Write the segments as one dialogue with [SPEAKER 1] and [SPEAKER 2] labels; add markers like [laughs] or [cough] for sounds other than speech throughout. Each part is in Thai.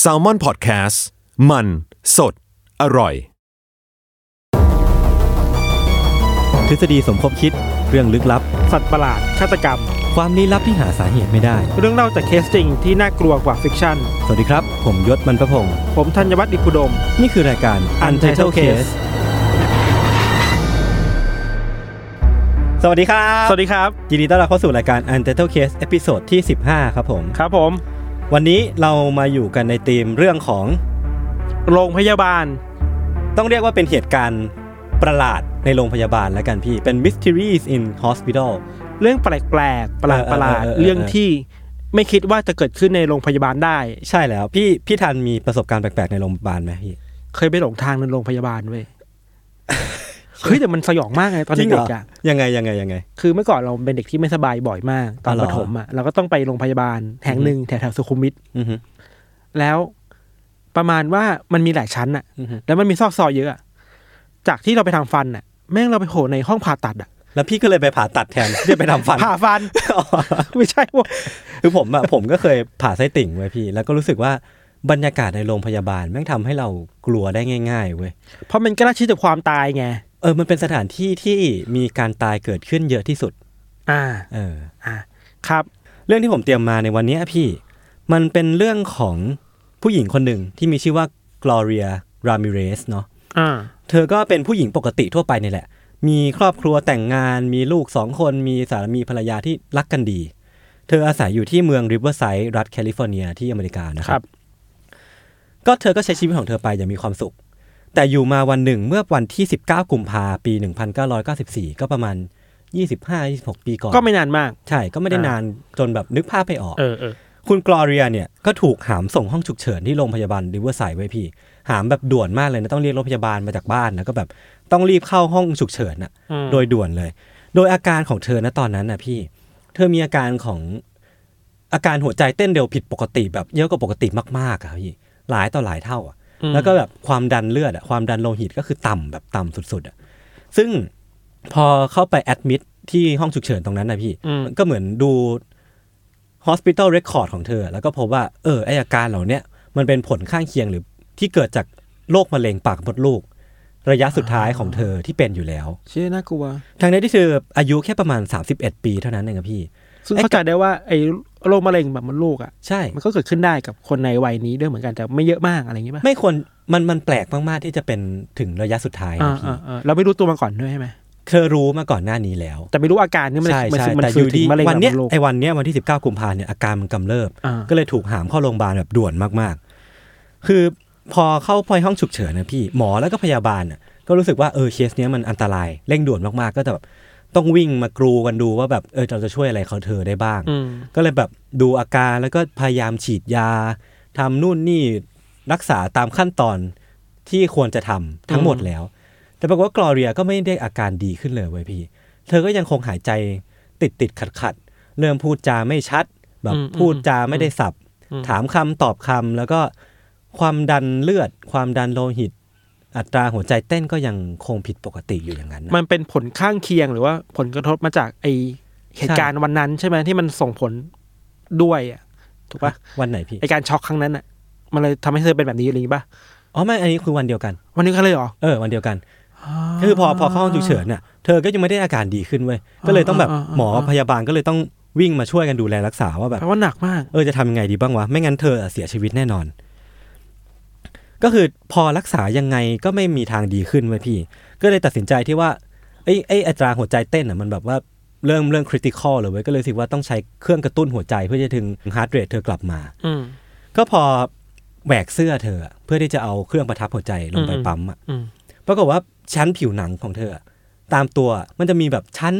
[SPEAKER 1] แซลมอนพอดแคสต์มันสดอร่อย
[SPEAKER 2] ทฤษฎีสมคบคิดเรื่องลึกลับ
[SPEAKER 3] สัตว์ประหลาด ฆาตกรรม
[SPEAKER 2] ความลี้ลับที่หาสาเหตุไม่ได้
[SPEAKER 3] เรื่องเล่าจากเคสจริงที่น่ากลัวกว่าฟิกชั่น
[SPEAKER 2] สวัสดีครับ ผมยศมันประพงศ์
[SPEAKER 3] ผมธัญวัฒน์อิพุดม
[SPEAKER 2] นี่คือรายการ Untitled Case สวัสดีครับ
[SPEAKER 3] สวัสดีครับ
[SPEAKER 2] ยินดีต้อนรับเข้าสู่รายการ Untitled Case เอพิโซดที่ 15 ครับผม
[SPEAKER 3] ครับผม
[SPEAKER 2] วันนี้เรามาอยู่กันในธีมเรื่องของ
[SPEAKER 3] โรงพยาบาล
[SPEAKER 2] ต้องเรียกว่าเป็นเหตุการณ์ประหลาดในโรงพยาบาลแล้วกันพี่ เป็น Mysteries in Hospital
[SPEAKER 3] เรื่องแปลกๆ ประหลาดประหลาด
[SPEAKER 2] เออเออเออเออ
[SPEAKER 3] เรื่องที่ไม่คิดว่าจะเกิดขึ้นในโรงพยาบาลได้
[SPEAKER 2] ใช่แล้วพี่พี่ทันมีประสบการณ์แปลกๆในโรงพยาบาลไหมพี่
[SPEAKER 3] เคยไปหลงทางในโรงพยาบาลเว้
[SPEAKER 2] [laughs]
[SPEAKER 3] ย เฮ้ยแต่มันสยองมากไงตอน
[SPEAKER 2] จริงเหร
[SPEAKER 3] เด็
[SPEAKER 2] อ
[SPEAKER 3] กๆอะ
[SPEAKER 2] ยังไงยังไงยังไง
[SPEAKER 3] คือเมื่อก่อนเราเป็นเด็กที่ไม่สบายบ่อยมาก ตอ
[SPEAKER 2] อ๋
[SPEAKER 3] น
[SPEAKER 2] อเหร
[SPEAKER 3] ป
[SPEAKER 2] อ
[SPEAKER 3] ฐมอะเราก็ต้องไปโรงพยาบาลแห่งหนึ่งแถวแถวๆสุขุมวิท
[SPEAKER 2] อือฮึ
[SPEAKER 3] แล้วประมาณว่ามันมีหลายชั้นอะ
[SPEAKER 2] อือฮึ
[SPEAKER 3] แล้วมันมีซอกซอยเยอะอะจากที่เราไปทำฟันน่ะ แม่งเราไปโผล่ในห้องผ่าตัดอ่ะ
[SPEAKER 2] แล้วพี่ก็เลยไปผ่าตัดแทน [laughs] ที่จะไปทำฟัน
[SPEAKER 3] ผ่าฟัน [laughs] ไม่ใช่ว่า
[SPEAKER 2] คือผมอะผมก็เคยผ่าไส้ติ่งไว้พี่ แล้วก็รู้สึกว่าบรรยากาศในโรงพยาบาลแม่งทำให้เรากลัวได้ง่ายๆเว้ย
[SPEAKER 3] เพราะมันก็น่าเชื่อแต่อความตายไง
[SPEAKER 2] เออมันเป็นสถานที่ที่มีการตายเกิดขึ้นเยอะที่สุด
[SPEAKER 3] อ่า
[SPEAKER 2] เออ
[SPEAKER 3] อ่า ครับ
[SPEAKER 2] เรื่องที่ผมเตรียมมาในวันเนี้ยพี่ มันเป็นเรื่องของผู้หญิงคนหนึ่งที่มีชื่อว่ากลอเรียรามิเรสเนาะ
[SPEAKER 3] อ่า
[SPEAKER 2] เธอก็เป็นผู้หญิงปกติทั่วไปนี่แหละ มีครอบครัวแต่งงาน มีลูกสองคนมีสามีภรรยาที่รักกันดี เธออาศัยอยู่ที่เมืองริเวอร์ไซด์รัฐแคลิฟอร์เนียที่อเมริกานะค
[SPEAKER 3] ค
[SPEAKER 2] รั
[SPEAKER 3] รับ บ
[SPEAKER 2] ก็เธอก็ใช้ชีวิตของเธอไปอย่างมีความสุข แต่อยู่มาวันหนึ่งเมื่อวันที่ 19 กุมภาปี 1994 ก็ประมาณ 25-26 ปีก่อน
[SPEAKER 3] ก็ไม่นานมาก
[SPEAKER 2] ใช่ก็ไม่ได้นานจนแบบนึกภาพไม่ออก
[SPEAKER 3] เออเออ
[SPEAKER 2] คุณกลอเรียเนี่ยก็ถูกหามส่งห้องฉุกเฉินที่โรงพยาบาลริเวอร์ไซด์ไว้พี่ หามแบบด่วนมากเลยนะ ต้องเรียกรถพยาบาลมาจากบ้านนะก็แบบต้องรีบเข้าห้องฉุกเฉินอะ
[SPEAKER 3] อืม
[SPEAKER 2] โดยด่วนเลย โดยอาการของเธอนะตอนนั้นนะพี่ เธอมีอาการของอาการหัวใจเต้นเร็วผิดปกติแบบเยอะกว่าปกติมากๆอะพี่หลายต่อหลายเท่าอะ แล้วก็แบบความดันเลือดอะความดันโลหิตก็คือต่ำแบบต่ำสุดๆอะซึ่งพอเข้าไปแอดมิดที่ห้องฉุกเฉินตรงนั้นนะพี่
[SPEAKER 3] อืม
[SPEAKER 2] ก็เหมือนดู hospital record ของเธอ แล้วก็พบว่า เออไออาการเหล่าเนี้ยมันเป็นผลข้างเคียงหรือที่เกิดจากโรคมะเร็งปากมดลูก ระยะสุดท้ายของเธอที่เป็นอยู่แล้ว
[SPEAKER 3] เชื่อน่ากลัว
[SPEAKER 2] ทางนี้นที่เธออายุแค่ประมาณ 31 ปีเท่านั้นเองครับพี่
[SPEAKER 3] ซึ่ง
[SPEAKER 2] ไอ้
[SPEAKER 3] เข้าใจได้ว่าไอ้โรคมะเร็งแบบมันลูกอ่ะ
[SPEAKER 2] ใช่
[SPEAKER 3] มันก็เกิดขึ้นได้กับคนในวัยนี้ด้วยเหมือนกันแต่ไม่เยอะมากอะไรอย่างงี้ป่ะ
[SPEAKER 2] ไม่ควรมันมันแปลกมากๆที่จะเป็นถึงระยะสุดท้าย
[SPEAKER 3] อ่า
[SPEAKER 2] นะพี่
[SPEAKER 3] อ่าอ่าเราไม่รู้ตัวมาก่อนด้วยใช่ไหม
[SPEAKER 2] เธอรู้มาก่อนหน้านี้แล้ว
[SPEAKER 3] แต่ไม่รู้อาการนี่มัน
[SPEAKER 2] ใช่
[SPEAKER 3] มัน
[SPEAKER 2] ใช่
[SPEAKER 3] มัน
[SPEAKER 2] แต่อ
[SPEAKER 3] คื
[SPEAKER 2] ยู
[SPEAKER 3] อถึ
[SPEAKER 2] ดี
[SPEAKER 3] งมะเร็งแบ
[SPEAKER 2] วัน
[SPEAKER 3] บ
[SPEAKER 2] เนี้ย
[SPEAKER 3] มันลูก
[SPEAKER 2] ไอ้วันเนี้ยวันที่ 19 กุมภาเนี่ยอาการมันกำเริบ
[SPEAKER 3] อ่า
[SPEAKER 2] ก็เลยถูกหามเข้าโรงพยาบาลแบบด่วนมากๆ คือพอเข้าพอยห้องฉุกเฉินนะพี่หมอแล้วก็พยาบาลน่ะก็รู้สึกว่าเออเคสเนี้ยมันอันตรายเร่งด่วนมากๆ ก็จะแบบต้องวิ่งมากรูกันดูว่าแบบเออเราจะช่วยอะไรเขาเธอได้บ้าง
[SPEAKER 3] อืม
[SPEAKER 2] ก็เลยแบบดูอาการแล้วก็พยายามฉีดยาทำนู่นนี่รักษาตามขั้นตอนที่ควรจะทำทั้งหมดแล้ว แต่ปรากฏว่ากลอเรียก็ไม่ได้อาการดีขึ้นเลยเว้ยพี่ เธอก็ยังคงหายใจติดติดขัดขัดๆเริ่มพูดจาไม่ชัด แบบ
[SPEAKER 3] อืม
[SPEAKER 2] พูดจาไม่ได้สับ
[SPEAKER 3] อืม
[SPEAKER 2] ถามคำตอบคำแล้วก็ความดันเลือด ความดันโลหิต อัตราหัวใจเต้นก็ยังคงผิดปกติอยู่อย่างนั้นนะ
[SPEAKER 3] มันเป็นผลข้างเคียงหรือว่าผลกระทบมาจากไอเหตุการณ์วันนั้นใช่ไหมที่มันส่งผลด้วยอะถูกปะ
[SPEAKER 2] วันไหนพี่
[SPEAKER 3] ไอการช็อกครั้งนั้นอ่ะ มันเลยทำให้เธอเป็นแบบนี้อะไรอย่างงี้ปะ
[SPEAKER 2] อ๋อไม่อันนี้คือวันเดียวกัน
[SPEAKER 3] วันนี้กันเลยเหรอ
[SPEAKER 2] เออวันเดียวกัน คือพอพอเข้าห้องฉุกเฉินน่ะเธอก็ยังไม่ได้อาการดีขึ้นเว้ยก็เลยต้องแบบ
[SPEAKER 3] อ่าอ่าอ่า
[SPEAKER 2] หมอพยาบาลก็เลยต้องวิ่งมาช่วยกันดูแลรักษาว่าแบบ
[SPEAKER 3] [gasps] แปลว่าหนักมาก
[SPEAKER 2] เออจะทำยังไงดีบ้างวะ ไม่งั้นเธอเสียชีวิตแน่นอน ก็คือพอรักษายังไงก็ไม่มีทางดีขึ้นเว้ยพี่ ก็เลยตัดสินใจที่ว่าไอ้ไอ้อัตราหัวใจเต้นอ่ะมันแบบว่าเริ่มเรื่องคริติคอลเลยเว้ยก็เลยรู้สึกว่าต้องใช้เครื่องกระตุ้นหัวใจเพื่อจะถึงฮาร์ดเรทเธอกลับมา
[SPEAKER 3] อืม
[SPEAKER 2] ก็พอแหวกเสื้อเธอเพื่อที่จะเอาเครื่องประทับหัวใจลงไป
[SPEAKER 3] อืม
[SPEAKER 2] ปั๊มอ่ะ
[SPEAKER 3] อืม
[SPEAKER 2] ปรากฏว่าชั้นผิวหนังของเธออะตามตัวมันจะมีแบบชั้น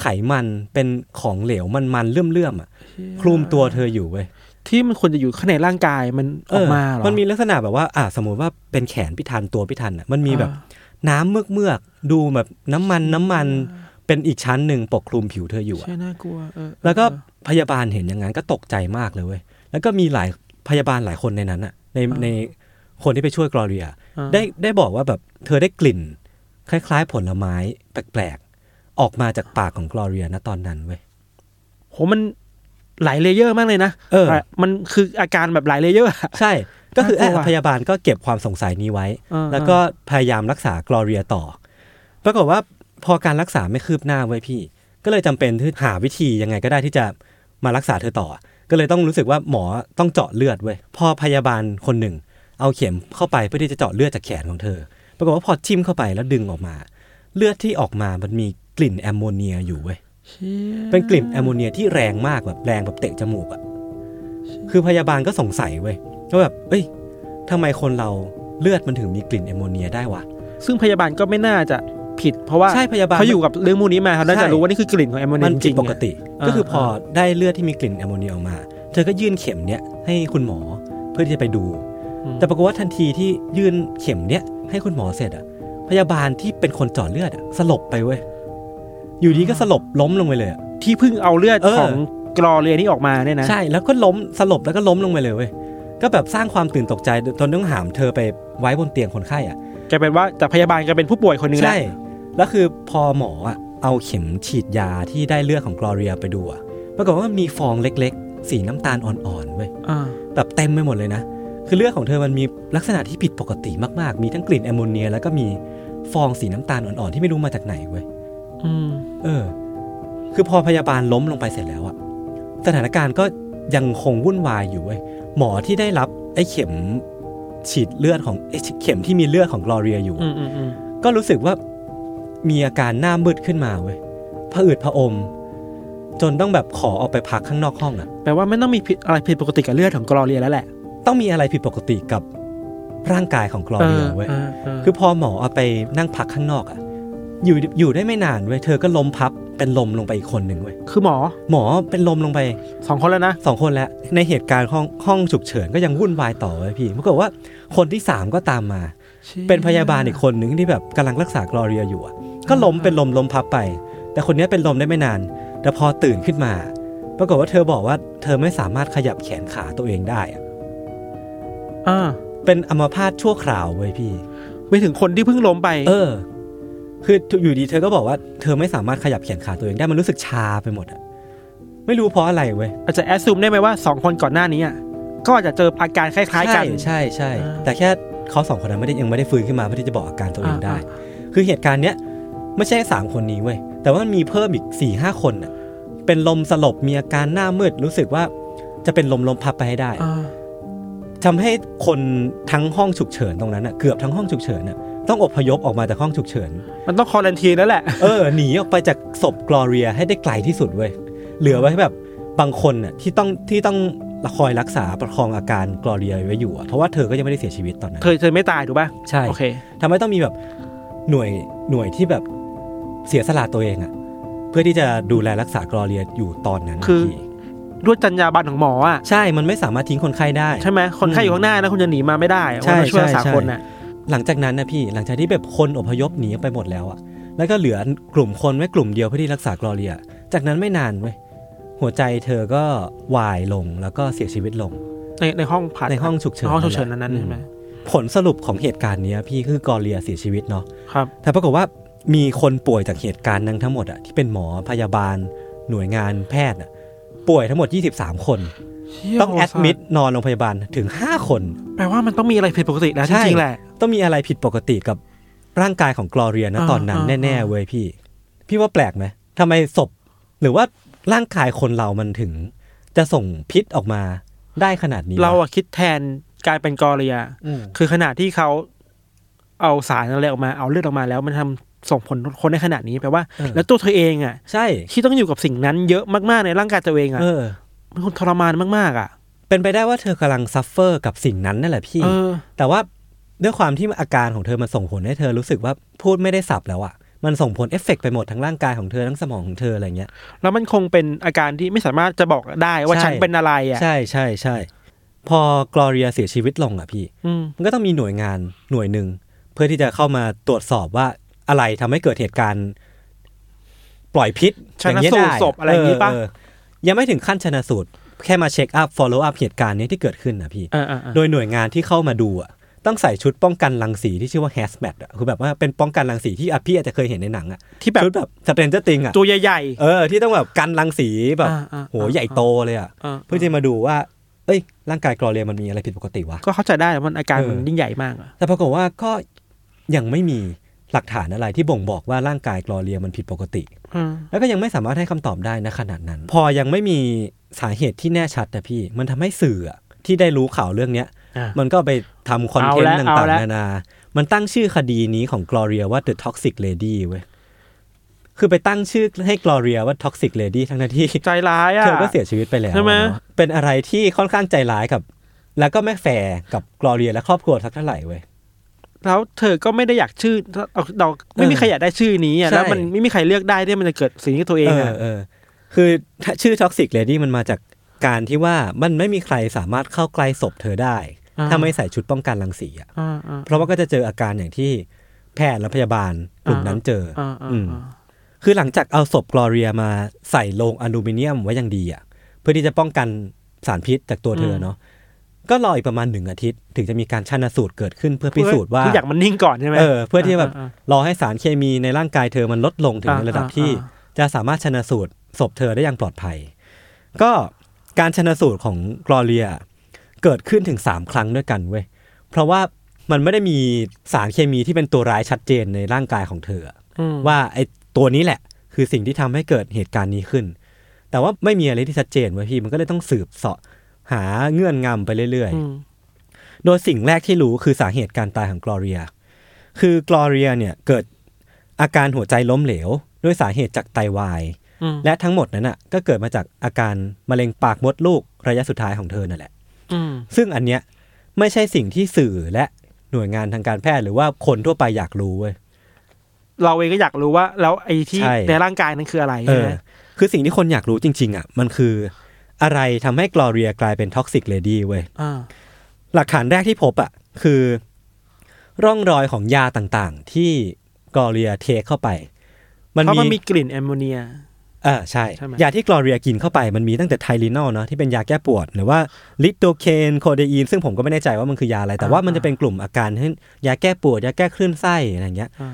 [SPEAKER 2] ไขมันเป็นของเหลวมันมันๆเลื่อมเลื่อมๆอะคลุมตัวเธออยู่เว้ย
[SPEAKER 3] ที่มันควรจะอยู่ข้างในร่างกายมันออกมาเหรอ
[SPEAKER 2] มันมีลักษณะแบบว่าอ่ะสมมติว่าเป็นแขนพิธันตัวพิธันอ่ะมันมีแบบน้ำเมือกเมือกๆดูแบบน้ำมันน้ำมันเป็นอีกชั้นหนึ่งปกคลุมผิวเธออยู่อะ
[SPEAKER 3] ใช่น่ากลัวเออเออ
[SPEAKER 2] แล้วก็
[SPEAKER 3] เออ
[SPEAKER 2] พยาบาลเห็นอย่างนั้นก็ตกใจมากเลยเว้ยแล้วก็มีหลายพยาบาลหลายคนในนั้นอ่ะใน
[SPEAKER 3] อ่า
[SPEAKER 2] ในคนที่ไปช่วยกรอเรีย
[SPEAKER 3] อ่า
[SPEAKER 2] ได้ได้บอกว่าแบบเธอได้กลิ่น คล้ายๆ ผลไม้แปลกๆ ออกมาจากปากของกลอเรียนะตอนนั้นเว้ย
[SPEAKER 3] โหมัน หลายเลเยอร์มากเลยนะ
[SPEAKER 2] เออ
[SPEAKER 3] มันคืออาการแบบหลายเลเยอร์อะ
[SPEAKER 2] ใช่ ก็คือ
[SPEAKER 3] น่ากลัว
[SPEAKER 2] เอ่อพยาบาลก็เก็บความสงสัยนี้ไว้
[SPEAKER 3] เออ
[SPEAKER 2] แล้วก็พยายามรักษากลอเรียต่อ ปรากฏว่าพอการรักษาไม่คืบหน้าไว้ยพี่ ก็เลยจำเป็นที่หาวิธียังไงก็ได้ที่จะมารักษาเธอต่อ ก็เลยต้องรู้สึกว่าหมอต้องเจาะเลือดเว้ย พอพยาบาลคนหนึ่ง เอาเข็มเข้าไปเพื่อที่จะเจาะเลือดจากแขนของเธอ ปรากฏว่าพอจิ้มเข้าไปแล้วดึงออกมา เลือดที่ออกมา มันมีกลิ่นแอมโมเนียอยู่เว้ย เป็นกลิ่นแอมโมเนียที่แรงมากแบบแรงแบบเตะจมูกอะคือพยาบาลก็สงสัยเว้ยก็แบบ เอ้ยทำไมคนเราเลือดมันถึงมีกลิ่นแอมโมเนียได้วะ
[SPEAKER 3] ซึ่งพยาบาลก็ไม่น่าจะผิด เพราะว่า
[SPEAKER 2] ใช่พยาบาล
[SPEAKER 3] เขาอยู่กับเรื่องมูนี้มาเขาน่า
[SPEAKER 2] ใช่
[SPEAKER 3] จะรู้ว่านี่คือกลิ่นของแอมโมเนี
[SPEAKER 2] มั
[SPEAKER 3] ย
[SPEAKER 2] น
[SPEAKER 3] จ
[SPEAKER 2] ผิ
[SPEAKER 3] ริ
[SPEAKER 2] ด
[SPEAKER 3] ง
[SPEAKER 2] ป
[SPEAKER 3] ๆ
[SPEAKER 2] ก
[SPEAKER 3] อะ
[SPEAKER 2] ติ
[SPEAKER 3] เออ
[SPEAKER 2] ก็คือพอได้เลือดที่มีกลิ่นแอมโมเนียออกมา เธอก็ยื่นเข็มเนี้ยให้คุณหมอเพื่อที่จะไปดู แต่ปรากฏว่าทันทีที่ยื่นเข็มเนี้ยให้คุณหมอเสร็จอะพยาบาลที่เป็นคนเจาะเลือดอะสลบไปเว้ย อยู่ดีก็สลบล้มลงไปเลยอะ
[SPEAKER 3] ที่เพิ่งเอาเลือด
[SPEAKER 2] เออ
[SPEAKER 3] ของกรอเรียนี่ออกมาเนี่ยนะ
[SPEAKER 2] ใช่แล้วก็ล้มสลบแล้วก็ล้มลงไปเลยเว้ยก็แบบสร้างความตื่นตกใจจนต้องหามเธอไปไว้บนเตียงคนไข้อ่ะ
[SPEAKER 3] กลายเป็นว่าจากพยาบาลกลายเป็นผู้ป่วยคนหนึงแล้
[SPEAKER 2] ใช่
[SPEAKER 3] ว
[SPEAKER 2] แล้วคือพอหมออ่ะเอาเข็มฉีดยาที่ได้เลือดของกลอเรียไปดูอ่ะปรากฏว่ามันมีฟองเล็กๆ สีน้ำตาลอ่อนๆเว้ย
[SPEAKER 3] อ่า
[SPEAKER 2] แบบเต็มไปหมดเลยนะ คือเลือดของเธอมันมีลักษณะที่ผิดปกติมากๆ มีทั้งกลิ่นแอมโมเนีย แล้วก็มีฟองสีน้ำตาลอ่อนๆที่ไม่รู้มาจากไหนเว้ย
[SPEAKER 3] อืม
[SPEAKER 2] เออ คือพอพยาบาลล้มลงไปเสร็จแล้วอะสถานการณ์ก็ยังคงวุ่นวายอยู่เว้ย หมอที่ได้รับไอ้เข็มฉีดเลือดของไอ้เข็มที่มีเลือดของกลอเรียอยู่
[SPEAKER 3] อื
[SPEAKER 2] อะ
[SPEAKER 3] มอืมอืม
[SPEAKER 2] ก็รู้สึกว่ามีอาการหน้ามืดขึ้นมาเว้ยผะอืดผะอม จนต้องแบบขอออกไปพักข้างนอกห้องอะ
[SPEAKER 3] แปลว่าไม่ต้องมีผิดอะไรผิดปกติกับเลือดของกรอเรียแล้วแหละ
[SPEAKER 2] ต้องมีอะไรผิดปกติกับร่างกายของกลอเรียเว้ย
[SPEAKER 3] เออเออ
[SPEAKER 2] คือพอหมอเอาไปนั่งพักข้างนอกอะอยู่อยู่ได้ไม่นานเว้ย เธอก็ล้มพับเป็นลมลงไปอีกคนหนึ่งเว้ย
[SPEAKER 3] คือหมอ
[SPEAKER 2] หมอเป็นลมลงไป
[SPEAKER 3] สองคนแล้วนะ
[SPEAKER 2] สองคนแล้วในเหตุการณ์ห้องห้องฉุกเฉินก็ยังวุ่นวายต่อเลยพี่ปรากฏว่าคนที่สามก็ตามมา เป็นพยาบาลอีกคนหนึ่งที่แบบกำลังรักษากลอเรียอยู่อะก็ล้มเป็นลมล้มพับไป แต่คนเนี้ยเป็นลมได้ไม่นาน แต่พอตื่นขึ้นมา ปรากฏว่าเธอบอกว่าเธอไม่สามารถขยับแขนขาตัวเองได้อะ
[SPEAKER 3] อ่า
[SPEAKER 2] เป็นอัมพาตชั่วคราวเว้ยพี่
[SPEAKER 3] ไปถึงคนที่เพิ่งล้มไป
[SPEAKER 2] เออ คืออยู่ดีเธอก็บอกว่าเธอไม่สามารถขยับแขนขาตัวเองได้มันรู้สึกชาไปหมดอะไม่รู้เพราะอะไรเว้ย
[SPEAKER 3] อาจจะแอสซูมได้ไหมว่าสองคนก่อนหน้านี้อ่ะก็อาจจะเจออาการคล้ายๆกัน
[SPEAKER 2] ใช่ใช่
[SPEAKER 3] อ่า
[SPEAKER 2] แต่แค่เขาสองคนนั้นไม่ได้ยังไม่ได้ฟื้นขึ้นมาเพื่อที่จะบอกอาการตัวเองได้
[SPEAKER 3] อ่า
[SPEAKER 2] คือเหตุการณ์เนี้ยไม่ใช่แค่สามคนนี้เว้ยแต่ว่ามันมีเพิ่มอีกสี่ห้าคนน่ะเป็นลมสลบมีอาการหน้ามืดรู้สึกว่าจะเป็นลมลมพับไปให้ได้
[SPEAKER 3] อ่า
[SPEAKER 2] ทำให้คนทั้งห้องฉุกเฉินตรงนั้นน่ะเกือบทั้งห้องฉุกเฉินน่ะต้องอพยพออกมาจากห้องฉุกเฉิน
[SPEAKER 3] มันต้องคอรันทีนแล้วแหละ
[SPEAKER 2] เออหนีออกไปจากศพกลอเรียให้ได้ไกลที่สุดเว้ยเหลือไว้ให้แบบบางคนน่ะที่ต้องที่ต้องคอยรักษาประคองอาการกลอเรียไว้อยู่อะเพราะว่าเธอก็ยังไม่ได้เสียชีวิตตอนนั้น
[SPEAKER 3] เธอเธอไม่ตายถูกป่ะ
[SPEAKER 2] ใช่
[SPEAKER 3] โอเค
[SPEAKER 2] ทำให้ต้องมีแบบหน่วยหน่วยที่แบบเสียสละตัวเองอะเพื่อที่จะดูแลรักษากรอเรียอยู่ตอนนั้น
[SPEAKER 3] คือ
[SPEAKER 2] พี่
[SPEAKER 3] ด้วยจรรยาบรรณของหมออ่ะ
[SPEAKER 2] ใช่ มันไม่สามารถทิ้งคนไข้ได้
[SPEAKER 3] ใช่ไหมคนไข้อยู่ข้างหน้านะคุณจะหนีมาไม่ได้อะ
[SPEAKER 2] ใช่
[SPEAKER 3] คุณมาช่วย
[SPEAKER 2] ใช่
[SPEAKER 3] สาม
[SPEAKER 2] ใช่
[SPEAKER 3] คนน่ะ
[SPEAKER 2] หลังจากนั้นนะพี่ หลังจากที่แบบคนอพยพหนีไปหมดแล้วอะแล้วก็เหลือกลุ่มคนไว้กลุ่มเดียวเพื่อที่รักษากรอเรีย จากนั้นไม่นานเว้ยหัวใจเธอก็วายลงแล้วก็เสียชีวิตลง
[SPEAKER 3] ในในห้องผ่าตัด
[SPEAKER 2] ในห้องฉุกเฉิน
[SPEAKER 3] ห้องฉุกเฉิน
[SPEAKER 2] นั่นแหละ
[SPEAKER 3] นั้นๆใช่ไหม
[SPEAKER 2] อืม ผลสรุปของเหตุการณ์เนี้ยพี่คือกรอเรียเสียชีวิตเนาะ
[SPEAKER 3] ครับ
[SPEAKER 2] แต่ปรากฏว่ามีคนป่วยจากเหตุการณ์นั้นทั้งหมดอะที่เป็นหมอพยาบาล หน่วยงานแพทย์อะป่วยทั้งหมด 23 คน ต้องแอดมิดนอนโรงพยาบาลถึง 5 คน
[SPEAKER 3] แปลว่ามันต้องมีอะไรผิดปกติแล้วจ
[SPEAKER 2] ใช่
[SPEAKER 3] ริงๆแหละ
[SPEAKER 2] ต้องมีอะไรผิดปกติกับร่างกายของกลอเรียนะ
[SPEAKER 3] อ่า
[SPEAKER 2] ตอนนั้น
[SPEAKER 3] อ่า
[SPEAKER 2] แน่ๆเว้ยพี่ พี่ว่าแปลกไหมทำไมศพ หรือว่าร่างกายคนเรามันถึง จะส่งพิษออกมาได้ขนาดนี้วะ
[SPEAKER 3] เราอะคิดแทนการเป็นกอเรีย
[SPEAKER 2] อืม
[SPEAKER 3] คือขนาดที่เขาเอาสารอะไรออกมาเอาเลือดออกมาแล้วมันทำส่งผลคนได้ขนาดนี้แปลว่า
[SPEAKER 2] เออ
[SPEAKER 3] แล้วตัวเธอเองอะ
[SPEAKER 2] ใช่
[SPEAKER 3] ที่ต้องอยู่กับสิ่งนั้นเยอะมากๆในร่างกายตัวเองอะ
[SPEAKER 2] เออ
[SPEAKER 3] มันคงทรมานมากๆอะ
[SPEAKER 2] เป็นไปได้ว่าเธอกำลังซัฟเฟอร์กับสิ่งนั้นนั่นแหละพี่
[SPEAKER 3] เออ
[SPEAKER 2] แต่ว่าด้วยความที่อาการของเธอมันส่งผลให้เธอรู้สึกว่าพูดไม่ได้สับแล้วอะ่ะ มันส่งผลเอฟเฟกต์ไปหมดทั้งร่างกายของเธอทั้งสมองของเธออะไรเงี้ย
[SPEAKER 3] แล้วมันคงเป็นอาการที่ไม่สามารถจะบอกได้ว่า
[SPEAKER 2] ใช่
[SPEAKER 3] ฉันเป็นอะไรอะ
[SPEAKER 2] ใช่ใช่ใช่พอกลอเรียเสียชีวิตลงอะ่ะพี่
[SPEAKER 3] อืม
[SPEAKER 2] มันก็ต้องมีหน่วยงานหน่วยหนึ่ง เพื่อที่จะเข้ามาตรวจสอบว่าอะไรทำให้เกิดเหตุการณ์ ปล่อยพิษ
[SPEAKER 3] ชันสูตรศพอะไรอย่างนี้ปะ
[SPEAKER 2] เออเออยังไม่ถึงขั้นชนะสูตร แค่มาเช็คอัพ follow up เหตุการณ์เนี้ยที่เกิดขึ้นนะพี่
[SPEAKER 3] เออเออเออ
[SPEAKER 2] โดยหน่วยงานที่เข้ามาดูอะ ต้องใส่ชุดป้องกันรังสีที่ชื่อว่า hazmat อะคือแบบว่าเป็นป้องกันรังสีที่อ่ะพี่อาจจะเคยเห็นในหนังอะ
[SPEAKER 3] ที่แบบ
[SPEAKER 2] ชุดแบบสเตนเจอร์ติงอะ
[SPEAKER 3] ตัวใหญ่
[SPEAKER 2] เออที่ต้องแบบกันรังสีแบบ
[SPEAKER 3] อ่าอ่า
[SPEAKER 2] โห
[SPEAKER 3] อ่า
[SPEAKER 2] ใหญ่โตเลยอะ
[SPEAKER 3] ๆา
[SPEAKER 2] เพื่อจะมาดูว่า เอ้ย ร่างกายกรอเรียมันมีอะไรผิดปกติวะ
[SPEAKER 3] ก็เข้าใจได้ว่ามันอาการมัน
[SPEAKER 2] เออ
[SPEAKER 3] ยิ่งใหญ่มากอะ
[SPEAKER 2] แต่ปรากฏว่าก็ยังไม่มีหลักฐานอะไรที่บ่งบอกว่าร่างกายกรอเรียมันผิดปกติ
[SPEAKER 3] อืม
[SPEAKER 2] แล้วก็ยังไม่สามารถให้คำตอบได้นะขนาดนั้น พอยังไม่มีสาเหตุที่แน่ชัดนะพี่ มันทำให้สื่ออะที่ได้รู้ข่าวเรื่องเนี้ย
[SPEAKER 3] อ่ะ
[SPEAKER 2] มันก็ไปทำคอนเทนต์ต่าง
[SPEAKER 3] เอาละเอาละ
[SPEAKER 2] ๆนานา มันตั้งชื่อคดีนี้ของกลอเรียว่า The Toxic Lady เว้ย คือไปตั้งชื่อให้กลอเรียว่า Toxic Lady ทั้งนั้นที่
[SPEAKER 3] ใจร้ายอ่ะ
[SPEAKER 2] เธอก็เสียชีวิตไปแล้ว
[SPEAKER 3] ใช่ไหม
[SPEAKER 2] เนอะเป็นอะไรที่ค่อนข้างใจร้ายกับ แล้วก็ไม่แฟร์กับกลอเรียและครอบครัวสักเท่าไหร่เว้ย
[SPEAKER 3] แล้วเธอก็ไม่ได้อยากชื่อเราเราไม่มีใครอยากได้ชื่อนี้อ่ะ
[SPEAKER 2] ใช่
[SPEAKER 3] แล้วมันไม่มีใครเลือกได้ที่มันจะเกิดสิ่งที่ตัวเอง
[SPEAKER 2] เออ
[SPEAKER 3] อ่ะ
[SPEAKER 2] เออคือถ้าชื่อ Toxic Lady มันมาจากการที่ว่ามันไม่มีใครสามารถเข้าใกล้ศพเธอได้ ถ้าไม่ใส่ชุดป้องกันรังสีอะ
[SPEAKER 3] อ่าอ่า
[SPEAKER 2] เพราะว่าก็จะเจออาการอย่างที่แพทย์และพยาบาลกลุ่มนั้นเจออ
[SPEAKER 3] อ่าอ่า
[SPEAKER 2] อืม คือหลังจากเอาศพกลอเรียมาใส่โลงอลูมิเนียมไว้อย่างดีอะเพื่อที่จะป้องกันสารพิษจากตัวเธอเนาะก็รออีกประมาณหนึ่งอาทิตย์ ถึงจะมีการชันสูตรเกิดขึ้นเพื่อพิสูจน์ว่า
[SPEAKER 3] ทุกอย่างมันนิ่งก่อนใช่ไหม
[SPEAKER 2] เออเพื่อที่จะแบบ
[SPEAKER 3] อ่าอ่
[SPEAKER 2] รอให้สารเคมีในร่างกายเธอมันลดลงถึง
[SPEAKER 3] อ่า
[SPEAKER 2] ในระดับ
[SPEAKER 3] อ่า
[SPEAKER 2] ที่
[SPEAKER 3] อ่า
[SPEAKER 2] จะสามารถชนะสูตรศพเธอได้อย่างปลอดภัย ก็การชนะสูตรของกลอเรียเกิดขึ้นถึงสามครั้งด้วยกันเว้ยเพราะว่ามันไม่ได้มีสารเคมีที่เป็นตัวร้ายชัดเจนในร่างกายของเธออะ
[SPEAKER 3] อืม
[SPEAKER 2] ว่าไอ้ตัวนี้แหละ คือสิ่งที่ทำให้เกิดเหตุการณ์นี้ขึ้น แต่ว่าไม่มีอะไรที่ชัดเจนเว้ยพี่มันก็เลยต้องสืบเสาะหาเงื่อนงำไปเรื่อย
[SPEAKER 3] อืม
[SPEAKER 2] ๆ โดยสิ่งแรกที่รู้คือสาเหตุการตายของกลอเรีย คือกลอเรียเนี่ยเกิดอาการหัวใจล้มเหลว ด้วยสาเหตุจากไตวาย
[SPEAKER 3] อืม
[SPEAKER 2] และทั้งหมดนั้นน่ะก็เกิดมาจากอาการมะเร็งปากมดลูกระยะสุดท้ายของเธอนั่นแหละ
[SPEAKER 3] อืม
[SPEAKER 2] ซึ่งอันเนี้ยไม่ใช่สิ่งที่สื่อและหน่วยงานทางการแพทย์หรือว่าคนทั่วไปอยากรู้เว้ย
[SPEAKER 3] เราเองก็อยากรู้ว่าแล้วไอ้ที่
[SPEAKER 2] ใช่
[SPEAKER 3] ในร่างกายนั้นคืออะไร
[SPEAKER 2] เอ
[SPEAKER 3] ใช่
[SPEAKER 2] อ
[SPEAKER 3] ไหม
[SPEAKER 2] คือสิ่งที่คนอยากรู้จริง ๆ อ่ะ มันคืออะไรทำให้กลอเรียกลายเป็นท็อกซิกเลดี้เว้ย
[SPEAKER 3] อ่า
[SPEAKER 2] หลักฐานแรกที่พบอ่ะ คือ ร่องรอยของยาต่างๆ ที่กลอเรียเทเข้าไป มัน
[SPEAKER 3] เพราะมัน
[SPEAKER 2] มี
[SPEAKER 3] มีกลิ่นแอมโมเนีย
[SPEAKER 2] เออใช่
[SPEAKER 3] ใช่ไหม
[SPEAKER 2] ยาที่กลอเรียกินเข้าไปมันมีตั้งแต่ไทลินอลเนาะที่เป็นยาแก้ปวด หรือว่าลิโดเคนโคเดอีน ซึ่งผมก็ไม่แน่ใจว่ามันคือยาอะไร แต่ว่ามันจะเป็นกลุ่มอาการเช่นยาแก้ปวดยาแก้คลื่นไส้อะไรอย่างเงี้ย
[SPEAKER 3] อ่า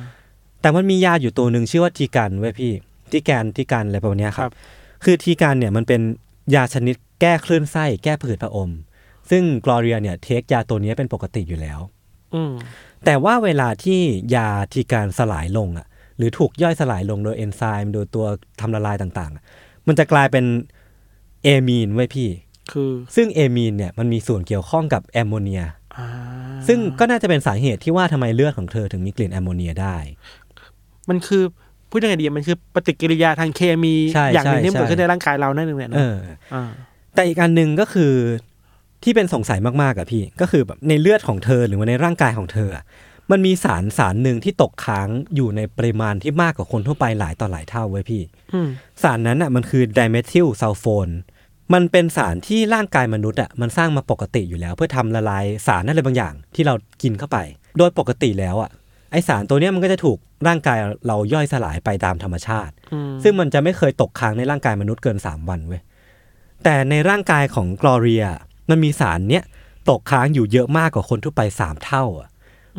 [SPEAKER 2] แต่มันมียาอยู่ตัวหนึ่งชื่อว่าทีกันเว้ยพี่ทีแกนทีกันอะไรประมาณเนี้ยค
[SPEAKER 3] ครั
[SPEAKER 2] รับ
[SPEAKER 3] บ
[SPEAKER 2] คือทีกันเนี่ยมันเป็นยาชนิดแก้คลื่นไส้แก้ผื่นผะอม ซึ่งกลอเรียเนี่ยเทคยาตัวเนี้ยเป็นปกติอยู่แล้ว
[SPEAKER 3] อืม
[SPEAKER 2] แต่ว่าเวลาที่ยาทีการสลายลงอ่ะ หรือถูกย่อยสลายลงโดยเอนไซม์โดยตัวทำละลายต่างๆอะมันจะกลายเป็นเอมีนไว้ยพี่
[SPEAKER 3] คือ
[SPEAKER 2] ซึ่งเอมีนเนี่ยมันมีส่วนเกี่ยวข้องกับแอมโมเนีย
[SPEAKER 3] อ่า
[SPEAKER 2] ซึ่งก็น่าจะเป็นสาเหตุที่ว่าทำไมเลือดของเธอถึงมีกลิ่นแอมโมเนียได้
[SPEAKER 3] มันคือพูดยังไงดีมันคือปฏิกิริยาทางเคมี
[SPEAKER 2] ใช่
[SPEAKER 3] อย่างหนึ่ง
[SPEAKER 2] ใช่
[SPEAKER 3] ที่เกิดขึ้น
[SPEAKER 2] ใช่
[SPEAKER 3] ในร่างกายเรานั่นเองแหละ
[SPEAKER 2] เอ
[SPEAKER 3] เนาะ
[SPEAKER 2] อ
[SPEAKER 3] อ่า
[SPEAKER 2] แต่อีกอันหนึ่งก็คือที่เป็นสงสัยมากๆอะพี่ ก็คือแบบในเลือดของเธอหรือว่าในร่างกายของเธออะมันมีสารสารหนึ่งที่ตกค้างอยู่ในปริมาณที่มากกว่าคนทั่วไปหลายต่อหลายเท่าเว้ยพี่
[SPEAKER 3] อืม
[SPEAKER 2] สารนั้นอะมันคือไดเมทิลซัลโฟนมันเป็นสารที่ร่างกายมนุษย์อะมันสร้างมาปกติอยู่แล้ว เพื่อทำละลายสารอะไรบางอย่างที่เรากินเข้าไป โดยปกติแล้วอะไอสารตัวเนี้ยมันก็จะถูกร่างกายเราย่อยสลายไปตามธรรมชาติ
[SPEAKER 3] อืม
[SPEAKER 2] ซึ่งมันจะไม่เคยตกค้างในร่างกายมนุษย์เกิน 3 วันเว้ย แต่ในร่างกายของกลอเรีย มันมีสารเนี้ยตกค้างอยู่เยอะมากกว่าคนทั่วไป 3 เท่าอะ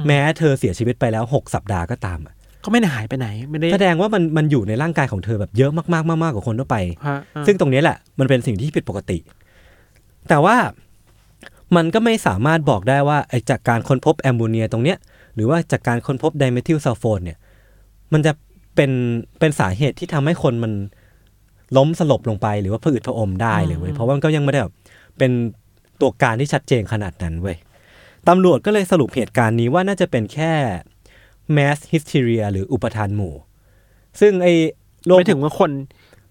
[SPEAKER 2] แม้เธอเสียชีวิตไปแล้ว 6 สัปดาห์ก็ตามอะ
[SPEAKER 3] ก็ไม่ได้หายไปไหนไม่ได้
[SPEAKER 2] แสดงว่ามันมันอยู่ในร่างกายของเธอแบบเยอะมากๆมากๆกว่าคนทั่วไป
[SPEAKER 3] ฮะอ่า
[SPEAKER 2] ซึ่งตรงเนี้ยแหละมันเป็นสิ่งที่ผิดปกติ แต่ว่ามันก็ไม่สามารถบอกได้ว่าไอ้จากการค้นพบแอมโมเนียตรงเนี้ยหรือว่าจากการค้นพบไดเมทิลซัลโฟนเนี่ยมันจะเป็นเป็นสาเหตุที่ทำให้คนมันล้มสลบลงไปหรือว่าผืดผะอมได้เลยเว้ย
[SPEAKER 3] อืม
[SPEAKER 2] เพราะว่ามันก็ยังไม่ได้แบบเป็นตัวการที่ชัดเจนขนาดนั้นเว้ยตำรวจก็เลยสรุปเหตุการณ์นี้ว่าน่าจะเป็นแค่ mass hysteria หรืออุปทานหมู่ ซึ่งไอ้โรค
[SPEAKER 3] ไม่ถึงว่าคน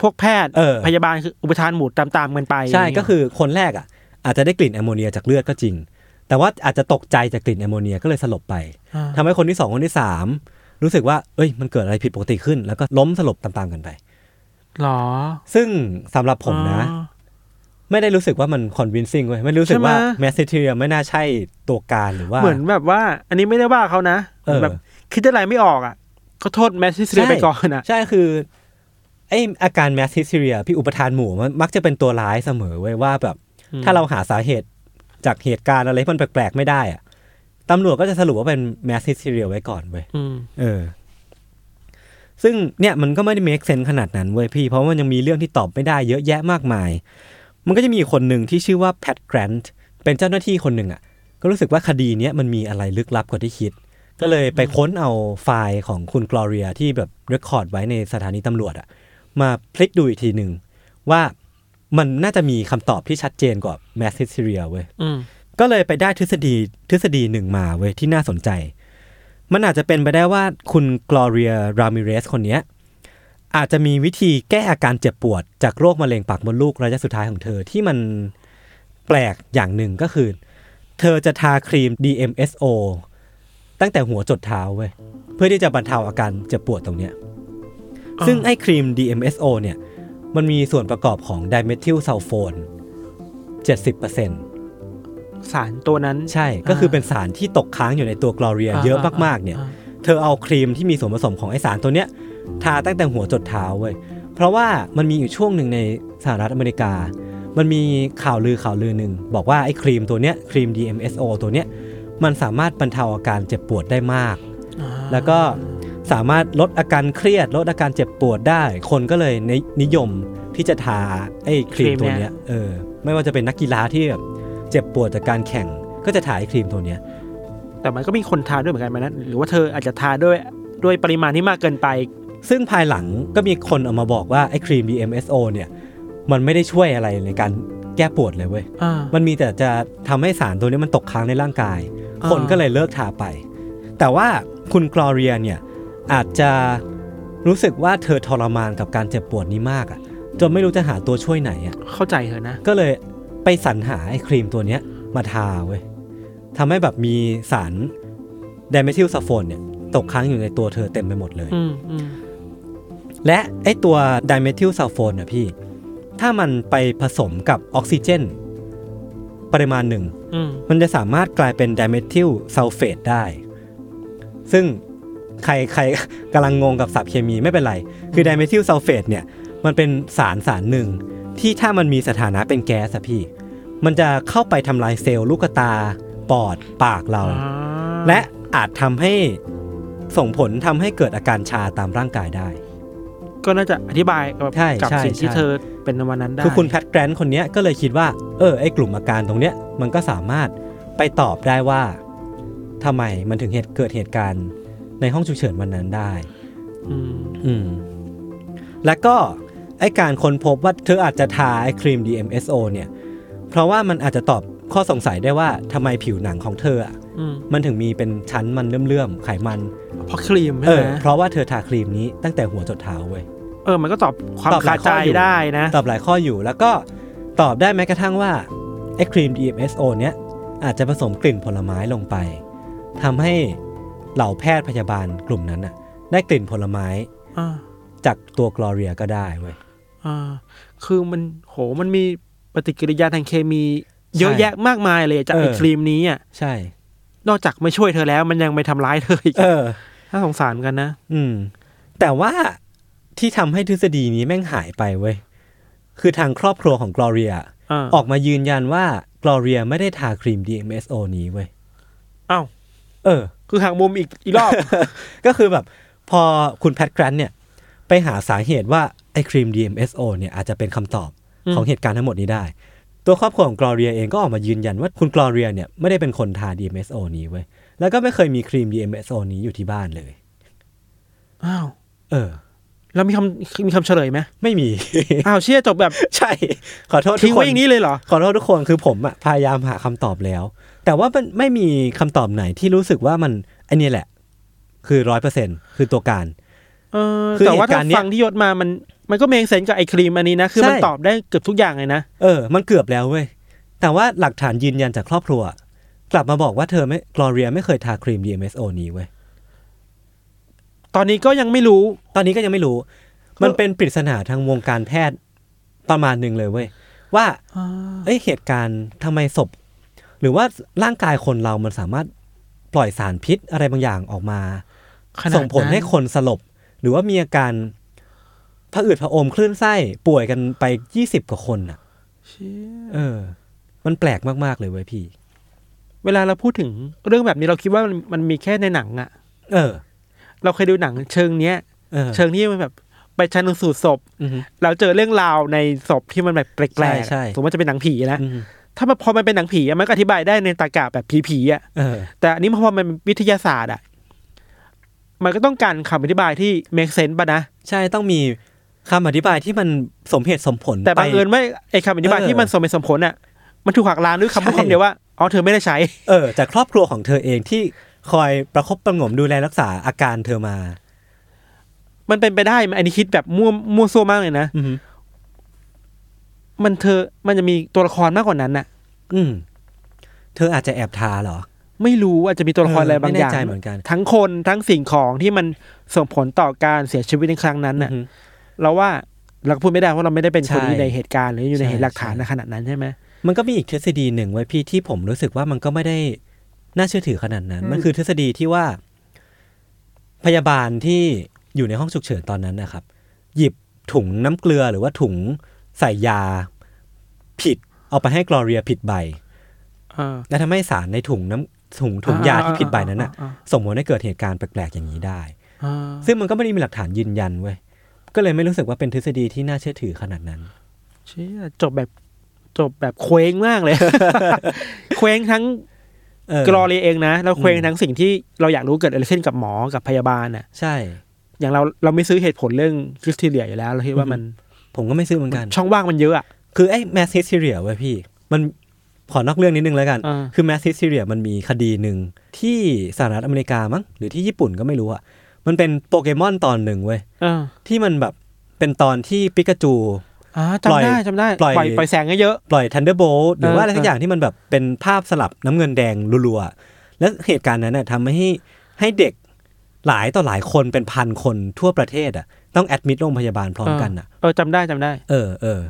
[SPEAKER 3] พวกแพทย์
[SPEAKER 2] เออ
[SPEAKER 3] พยาบาลคืออุปทานหมู่ตามๆกันไป
[SPEAKER 2] ใช่
[SPEAKER 3] ย่างเงี้ย
[SPEAKER 2] ก็คือคนแรกอ่ะอาจจะได้กลิ่นแอมโมเนียจากเลือดก็จริง แต่ว่าอาจจะตกใจจากกลิ่นแอมโมเนียก็เลยสลบไป
[SPEAKER 3] อ่า
[SPEAKER 2] ทำให้คนที่สองคนที่สามรู้สึกว่า เอ้ย มันเกิดอะไรผิดปกติขึ้น แล้วก็ล้มสลบตามๆกันไป
[SPEAKER 3] หรอ
[SPEAKER 2] ซึ่งสำหรับผมนะ
[SPEAKER 3] อ๋อ
[SPEAKER 2] ไม่ได้รู้สึกว่ามันคอนวินซิ่งเว้ยไม่รู้สึกว่า
[SPEAKER 3] ใช่ไหม
[SPEAKER 2] แมสเซเทียไม่น่าใช่ตัวการหรือว่า
[SPEAKER 3] เหมือนแบบว่า อันนี้ไม่ได้ว่าเขานะ
[SPEAKER 2] เออ
[SPEAKER 3] แบบคิดอะไรไม่ออกอ่ะก็โทษแมสซิสเรียไปก่อนอ่ะ
[SPEAKER 2] ใช่คือไออาการแมสซิสเรียพี่อุปทานหมู่มันมักจะเป็นตัวร้ายเสมอเว้ยว่าแบบ
[SPEAKER 3] อืม
[SPEAKER 2] ถ้าเราหาสาเหตุจากเหตุการณ์อะไรที่มันแปลกๆไม่ได้อะ ตำรวจก็จะสรุปว่าเป็นแมสซิสเรียไว้ก่อนเว้ย
[SPEAKER 3] อืม
[SPEAKER 2] เออ ซึ่งเนี่ยมันก็ไม่ได้ make sense ขนาดนั้นเว้ยพี่ เพราะมันยังมีเรื่องที่ตอบไม่ได้เยอะแยะมากมาย มันก็จะมีอีกคนหนึ่งที่ชื่อว่าแพทแกรนต์เป็นเจ้าหน้าที่คนหนึ่งอะ่ะ ก็รู้สึกว่าคดีเนี้ยมันมีอะไรลึกลับกว่าที่คิด ก็เลยไปค้นเอาไฟล์ของคุณกลอเรียที่แบบเรคคอร์ดไว้ในสถานีตำรวจอะ่ะ มาพลิกดูอีกทีหนึ่งว่ามันน่าจะมีคำตอบที่ชัดเจนกว่าแมสซิสเรียเว้ย
[SPEAKER 3] อืม
[SPEAKER 2] ก็เลยไปได้ทฤษฎีทฤษฎีหนึ่งมาเว้ยที่น่าสนใจ มันอาจจะเป็นไปได้ว่าคุณกลอเรียรามิเรสคนเนี้ยอาจจะมีวิธีแก้อาการเจ็บปวด จากโรคมะเร็งปากมดลูกระยะสุดท้ายของเธอที่มันแปลกอย่างหนึ่งก็คือ เธอจะทาครีม DMSO ตั้งแต่หัวจดเท้าเว้ยเพื่อที่จะบรรเทาอาการเจ็บปวดตรงเนี้ย
[SPEAKER 3] อ่า
[SPEAKER 2] ซึ่งไอ้ครีม DMSO เนี่ยมันมีส่วนประกอบของไดเมทิลซัลโฟน70%
[SPEAKER 3] สารตัวนั้น
[SPEAKER 2] ใช่ ก็คือ
[SPEAKER 3] อ่า
[SPEAKER 2] เป็นสารที่ตกค้างอยู่ในตัวกลอเรียเยอะมากๆเนี่ย
[SPEAKER 3] อ่า
[SPEAKER 2] เธอเอาครีมที่มีส่วนผสมของไอสารตัวเนี้ยทาตั้งแต่หัวจดเท้าเว้ย เพราะว่ามันมีอยู่ช่วงหนึ่งในสหรัฐอเมริกา มันมีข่าวลือข่าวลือหนึ่งบอกว่าไอ้ครีมตัวเนี้ยครีม DMSO ตัวเนี้ยมันสามารถบรรเทาอาการเจ็บปวดได้มาก
[SPEAKER 3] อ่า
[SPEAKER 2] แล้วก็สามารถลดอาการเครียด ลดอาการเจ็บปวดได้ คนก็เลยนินิยมที่จะทาไอ้ครีมตัวเนี้ยเออไม่ว่าจะเป็นนักกีฬาที่แบบเจ็บปวดจากการแข่งก็จะทาไอ้ครีมตัวเนี้ย
[SPEAKER 3] แต่มันก็มีคนทาด้วยเหมือนกันไหมนะหรือว่าเธออาจจะทาด้วยด้วยปริมาณที่มากเกินไป
[SPEAKER 2] ซึ่งภายหลังก็มีคนเอามาบอกว่า ไอ้ครีม DMSO เนี่ย มันไม่ได้ช่วยอะไรในการแก้ปวดเลยเว้ย
[SPEAKER 3] อ่า
[SPEAKER 2] มันมีแต่จะทำให้สารตัวนี้มันตกค้างในร่างกาย
[SPEAKER 3] อ่า
[SPEAKER 2] คนก็เลยเลิกทาไป แต่ว่าคุณกลอเรียเนี่ย อาจจะรู้สึกว่าเธอทรมานกับการเจ็บปวดนี้มากอะ่ะ จนไม่รู้จะหาตัวช่วยไหนอะ่ะ
[SPEAKER 3] เข้าใจเถอะนะ
[SPEAKER 2] ก็เลยไปสรรหาไอ้ครีมตัวเนี้ยมาทาเว้ยทำให้แบบมีสารไดเมทิลซาโฟนเนี่ยตกค้างอยู่ในตัวเธอเต็มไปหมดเลย
[SPEAKER 3] อืมอืม
[SPEAKER 2] และไอตัวไดเมทิลซัลโฟนนะพี่ ถ้ามันไปผสมกับออกซิเจน ปริมาณหนึ่ง
[SPEAKER 3] อืม
[SPEAKER 2] มันจะสามารถกลายเป็นไดเมทิลซัลเฟตได้ ซึ่งใครใคร กำลังงงกับศัพท์เคมีไม่เป็นไร คือไดเมทิลซัลเฟตเนี่ย มันเป็นสารสารหนึ่ง ที่ถ้ามันมีสถานะเป็นแก๊สอะพี่ มันจะเข้าไปทำลายเซลล์ลูกตา ปอด ปากเรา
[SPEAKER 3] อ่า
[SPEAKER 2] และอาจทำให้ส่งผลทำให้เกิดอาการชาตามร่างกายได้
[SPEAKER 3] ก็น่าจะอธิบายกับ
[SPEAKER 2] ใช่
[SPEAKER 3] กับ
[SPEAKER 2] ใช่
[SPEAKER 3] สิ่งที่
[SPEAKER 2] ใช่
[SPEAKER 3] เธอเป็นในวันนั้นได้
[SPEAKER 2] คือคุณแพทแกรนท์คนเนี้ยก็เลยคิดว่า เออไอกลุ่มอาการตรงเนี้ยมันก็สามารถไปตอบได้ว่าทำไมมันถึงเหตุเกิดเหตุการณ์ในห้องฉุกเฉินวันนั้นได้
[SPEAKER 3] อืม
[SPEAKER 2] อืม และก็ไอการค้นพบว่าเธออาจจะทาไอครีม DMSO เนี่ย เพราะว่ามันอาจจะตอบข้อสงสัยได้ว่าทำไมผิวหนังของเธออะ
[SPEAKER 3] อืม
[SPEAKER 2] มันถึงมีเป็นชั้นมันเลื่อมๆไขมัน
[SPEAKER 3] เพราะครีมใช่
[SPEAKER 2] เอ
[SPEAKER 3] ไห
[SPEAKER 2] อ
[SPEAKER 3] ม
[SPEAKER 2] เพราะว่าเธอทาครีมนี้ตั้งแต่หัวจดเท้าเว้ย
[SPEAKER 3] เออ มันก็ตอบความ
[SPEAKER 2] ตอบห
[SPEAKER 3] คา
[SPEAKER 2] ลายข้
[SPEAKER 3] ใจ
[SPEAKER 2] ออยู่
[SPEAKER 3] ได้นะ
[SPEAKER 2] ตอบหลายข้ออยู่แล้วก็ตอบได้แม้กระทั่งว่าไอ้ครีม DMSO เนี้ยอาจจะผสมกลิ่นผลไม้ลงไปทำให้เหล่าแพทย์พยาบาลกลุ่มนั้นน่ะ ได้กลิ่นผลไม้
[SPEAKER 3] อ่า
[SPEAKER 2] จากตัวกลอเรียก็ได้เว้ย
[SPEAKER 3] อ่าคือมันโหมันมีปฏิกิริยาทางเคมี เยอะ
[SPEAKER 2] ใช่
[SPEAKER 3] แยะมากมายเลยจากไอ้
[SPEAKER 2] เออ
[SPEAKER 3] ครีมนี้อ่ะ
[SPEAKER 2] ใช่
[SPEAKER 3] นอกจากไม่ช่วยเธอแล้วมันยังไปทำร้ายเธออีก
[SPEAKER 2] เออ
[SPEAKER 3] น่าสงสารเหมือนกันนะ
[SPEAKER 2] อืม แต่ว่าที่ทำให้ทฤษฎีนี้แม่งหายไปเว้ย คือทางครอบครัวของกลอเรีย
[SPEAKER 3] อ่า
[SPEAKER 2] ออกมายืนยันว่ากลอเรียไม่ได้ทาครีม DMSO นี้เว้ย
[SPEAKER 3] อ้าว
[SPEAKER 2] เออ
[SPEAKER 3] คือหักมุมอีกอีกรอบ
[SPEAKER 2] ก็คือแบบพอคุณแพทแกรนเนี่ย ไปหาสาเหตุว่าไอ้ครีม DMSO เนี่ยอาจจะเป็นคำตอบ
[SPEAKER 3] อืม
[SPEAKER 2] ของเหตุการณ์ทั้งหมดนี้ได้ ตัวครอบครัวของกลอเรียเองก็ออกมายืนยันว่าคุณกลอเรียเนี่ยไม่ได้เป็นคนทา DMSO นี้เว้ยแล้วก็ไม่เคยมีครีม DMSO นี้อยู่ที่บ้านเลย
[SPEAKER 3] อ้าว
[SPEAKER 2] เออ
[SPEAKER 3] แล้วมีคำมีคำเฉลยไหม
[SPEAKER 2] ไม่มี [laughs]
[SPEAKER 3] อ้าวเชี่ยจบแบบ
[SPEAKER 2] ใช่ ขอโทษทุ
[SPEAKER 3] ทิ้
[SPEAKER 2] ก
[SPEAKER 3] ง
[SPEAKER 2] ค
[SPEAKER 3] ไว้
[SPEAKER 2] น
[SPEAKER 3] อย่างนี้เลยเหรอ
[SPEAKER 2] ขอโทษทุกคนคือผมอะพยายามหาคำตอบแล้ว แต่ว่ามันไม่มีคำตอบไหนที่รู้สึกว่ามันไอเนี่ยแหละ คือร้อยเปอร์เซ็นคือตัวการ
[SPEAKER 3] เออ
[SPEAKER 2] คือ
[SPEAKER 3] แต่ว่า
[SPEAKER 2] เหตุ
[SPEAKER 3] ถ้า
[SPEAKER 2] การณ์เนี้ย
[SPEAKER 3] ฟังที่ยศมามันมันก็เมงเซนกับไอ้ครีมอันนี้นะ คือ
[SPEAKER 2] ใช่
[SPEAKER 3] มันตอบได้เกือบทุกอย่างเลยนะ
[SPEAKER 2] เออ มันเกือบแล้วเว้ย แต่ว่าหลักฐานยืนยันจากครอบครัว กลับมาบอกว่าเธอไม่กลอเรียไม่เคยทาครีม DMSO นี้เว้ย
[SPEAKER 3] ตอนนี้ก็ยังไม่รู้
[SPEAKER 2] ตอนนี้ก็ยังไม่รู้ มันเป็นปริศนาทางวงการแพทย์ประมาณหนึ่งเลยเว้ย ว่า เอ้ยเหตุการณ์ทำไมศพ หรือว่าร่างกายคนเรามันสามารถปล่อยสารพิษอะไรบางอย่างออกมา
[SPEAKER 3] ขนาดนั้น
[SPEAKER 2] ส่งผลให้คนสลบ หรือว่ามีอาการผะอืดผะอมคลื่นไส้ป่วยกันไปยี่สิบกว่าคนอ่ะ เออ มันแปลกมากๆเลยเว้ยพี่
[SPEAKER 3] เวลาเราพูดถึงเรื่องแบบนี้เราคิดว่ามันมันมีแค่ในหนังอะ
[SPEAKER 2] เออ
[SPEAKER 3] เราเคยดูหนังเชิงเนี้ย
[SPEAKER 2] เออ
[SPEAKER 3] เชิงที่มันแบบไปชันสูตรศพ
[SPEAKER 2] อือฮึ
[SPEAKER 3] เราเจอเรื่องราวในศพที่มันแบบแปล
[SPEAKER 2] ใช่
[SPEAKER 3] กๆ
[SPEAKER 2] ใช่
[SPEAKER 3] อะสมมติว่าจะเป็นหนังผีนะ
[SPEAKER 2] อืม
[SPEAKER 3] ถ้ามันพอมันเป็นหนังผีอะมันก็อธิบายได้ในตากะแบบผีๆอ่ะ
[SPEAKER 2] เออ
[SPEAKER 3] แต่อันนี้พอมันเป็นวิทยาศาสตร์อ่ะ มันก็ต้องการคำอธิบายที่ make sense ป่ะนะ
[SPEAKER 2] ใช่ต้องมีคำอธิบายที่มันสมเหตุสมผล
[SPEAKER 3] แต่บัง
[SPEAKER 2] ไป
[SPEAKER 3] เอิญว่าไอ้คำอธิบาย
[SPEAKER 2] เออ
[SPEAKER 3] ที่มันสมเหตุสมผลอ่ะ มันถูกหักล้างด้วยคำพูด
[SPEAKER 2] ใช่
[SPEAKER 3] คำเดียวว่า อ๋อเธอไม่ได้ใช้
[SPEAKER 2] เออจากครอบครัวของเธอเองที่คอยประคบประหงมดูแลรักษาอาการเธอมา
[SPEAKER 3] มันเป็นไปได้ไหมอันนี้คิดแบบมั่วมั่วซั่วมากเลยนะ
[SPEAKER 2] อืม
[SPEAKER 3] มันเธอ มันจะมีตัวละครมากกว่านั้นน่ะ
[SPEAKER 2] อืมเธออาจจะแอบทาเหรอ
[SPEAKER 3] ไม่รู้อาจจะมีตัวละค
[SPEAKER 2] เออ
[SPEAKER 3] ร
[SPEAKER 2] อ
[SPEAKER 3] อะไรบางอย่าง
[SPEAKER 2] ไม่แน่ใจเหมือนกัน
[SPEAKER 3] ทั้งคนทั้งสิ่งของที่มันส่งผลต่อการเสียชีวิตในครั้งนั้นน่ะ
[SPEAKER 2] อือฮึ
[SPEAKER 3] เราว่าเราก็พูดไม่ได้ว่าเราไม่ได้เป็นคน
[SPEAKER 2] ใช่
[SPEAKER 3] อยู่ในเหตุการณ์หรืออยู่ใน
[SPEAKER 2] ใช่
[SPEAKER 3] เหตุหลักฐาน
[SPEAKER 2] ใช่
[SPEAKER 3] ในขนาดนั้นใช่ไหม
[SPEAKER 2] มันก็มีอีกทฤษฎีหนึ่งไว้ยพี่ที่ผมรู้สึกว่ามันก็ไม่ได้น่าเชื่อถือขนาดนั้น
[SPEAKER 3] อืม
[SPEAKER 2] มันคือทฤษฎีที่ว่า พยาบาลที่อยู่ในห้องฉุกเฉินตอนนั้นนะครับ หยิบถุงน้ำเกลือหรือว่าถุงใส่ยาผิด เอาไปให้กลอเรียผิดใบ
[SPEAKER 3] เออ
[SPEAKER 2] และทำให้สารในถุงน้ำถุงถุ
[SPEAKER 3] อ่าย
[SPEAKER 2] งาที่ผิดใบนั้นน่ะ
[SPEAKER 3] อ่าอ่า
[SPEAKER 2] ส่งผลให้เกิดเหตุการณ์แปลกๆอย่างนี้ได้
[SPEAKER 3] เออ
[SPEAKER 2] ซึ่งมันก็ไม่ได้มีหลักฐานยืนยันเว้ยก็เลยไม่รู้สึกว่าเป็นทฤษฎีที่น่าเชื่อถือขนาดนั้น
[SPEAKER 3] เชี่ยจบแบบจบแบบเคว้งมากเลย [laughs] เคว้งทั้ง
[SPEAKER 2] เออก
[SPEAKER 3] รอเรียเองนะแล้วเคว้งทั้งสิ่งที่เราอยากรู้เกิดอะไรขึ้นกับหมอกับพยาบาลน่ะ
[SPEAKER 2] ใช่
[SPEAKER 3] อย่างเราเราไม่ซื้อเหตุผลเรื่องคริสเตียอยู่แล้ว เราคิดว่ามัน
[SPEAKER 2] ผมก็ไม่ซื้อเหมือนกัน
[SPEAKER 3] ช่องว่างมันเยอะอ่ะ
[SPEAKER 2] คือไอ้แมสซิสเรียเว้ยพี่ มันขอนอกเรื่องนิดนึงแล้วกัน
[SPEAKER 3] อ่า
[SPEAKER 2] คือแมสซิสเรียมันมีคดีหนึ่งที่สหรัฐอเมริกามั้งหรือที่ญี่ปุ่นก็ไม่รู้อะมันเป็นโปเกมอนตอนหนึ่งเว้ย
[SPEAKER 3] เออ
[SPEAKER 2] ที่มันแบบเป็นตอนที่ปิกาจู
[SPEAKER 3] อ่า
[SPEAKER 2] ปล่อ
[SPEAKER 3] จำ
[SPEAKER 2] ย
[SPEAKER 3] ได้จำได้
[SPEAKER 2] ป
[SPEAKER 3] ป
[SPEAKER 2] ล่
[SPEAKER 3] ล่
[SPEAKER 2] อ
[SPEAKER 3] อย ยปล่อยแสงเยอะ
[SPEAKER 2] ปล่อยทันเดอร์โบลหรือว่าอะไร
[SPEAKER 3] เออ
[SPEAKER 2] สักอย่างที่มันแบบเป็นภาพสลับน้ำเงินแดงรัวๆ และเหตุการณ์นั้นน่ะทำให้ให้เด็กหลายต่อหลายคนเป็นพันคนทั่วประเทศอ่ะต้องแอดมิดโรงพยาบาลพร้อมกันอ่ะ
[SPEAKER 3] เออจำได้จำได้
[SPEAKER 2] เออเออ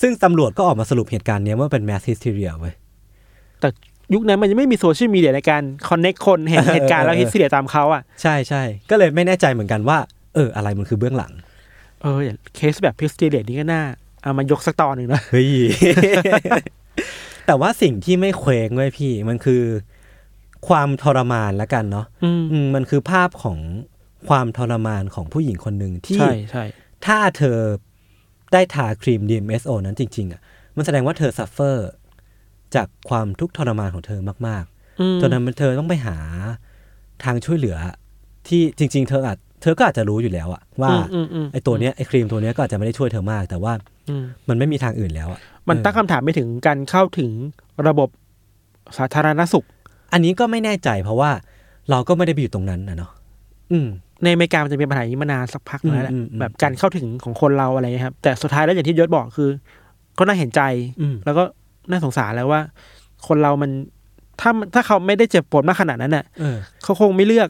[SPEAKER 2] ซึ่งตำรวจก็ออกมาสรุปเหตุการณ์เนี้ยว่าเป็นแมสซิสเทียเว้ย
[SPEAKER 3] ยุคนั้นมันยังไม่มีโซเชียลมีเดียในการคอนเน็กคนเห็น
[SPEAKER 2] เออ
[SPEAKER 3] เหตุการณ์
[SPEAKER 2] เออ
[SPEAKER 3] แล้วคริสเตียตามเขาอ่ะ
[SPEAKER 2] ใช่ใช่ก็เลยไม่แน่ใจเหมือนกันว่า เออ อะไรมันคือเบื้องหลัง
[SPEAKER 3] เอออย่างเคสแบบคริสเตียนี่ก็น่าเอามายกสักตอนหนึ่งนะ
[SPEAKER 2] เฮ้ย [laughs] แต่ว่าสิ่งที่ไม่เคว้งเว้ยพี่ มันคือความทรมานละกันเนาะ
[SPEAKER 3] อืม
[SPEAKER 2] อืมมันคือภาพของความทรมานของผู้หญิงคนหนึ่งที่
[SPEAKER 3] ใช่ใช่
[SPEAKER 2] ถ้าเธอได้ทาครีม DMSO นั้นจริง ๆ อ่ะ มันแสดงว่าเธอซัฟเฟอร์ จากความทุกข์ทรมานของเธอมาก
[SPEAKER 3] อืม
[SPEAKER 2] ๆจนนั้นเธอต้องไปหาทางช่วยเหลือ ที่จริง ๆ เธออาจเธอก็อาจจะรู้อยู่แล้วอะว่า
[SPEAKER 3] อืมอืมอืม
[SPEAKER 2] ไอ้ตัวเนี้ยไอ้ครีมตัวเนี้ยก็อาจจะไม่ได้ช่วยเธอมาก แต่ว่า
[SPEAKER 3] อืม
[SPEAKER 2] มันไม่มีทางอื่นแล้วอะ
[SPEAKER 3] มันตั้งคำถามไปถึงการเข้าถึงระบบสาธารณสุข
[SPEAKER 2] อันนี้ก็ไม่แน่ใจเพราะว่าเราก็ไม่ได้ไปอยู่ตรงนั้นนะเนาะอืม
[SPEAKER 3] ในอเมริกามันจะมีปัญหาอย่างนี้มานานสักพักแล้วแหละ
[SPEAKER 2] อืมอืม
[SPEAKER 3] แบบการเข้าถึงของคนเราอะไรเงี้ยครับ แต่สุดท้ายแล้วอย่างที่ยศบอกคือ ก็น่าเห็นใจ
[SPEAKER 2] อืม
[SPEAKER 3] แล้วก็น่าสงสารแล้วว่า คนเรามันถ้าถ้าเขาไม่ได้เจ็บปวดมากขนาดนั้นน่ะ
[SPEAKER 2] เออ
[SPEAKER 3] เขาคงไม่เลือก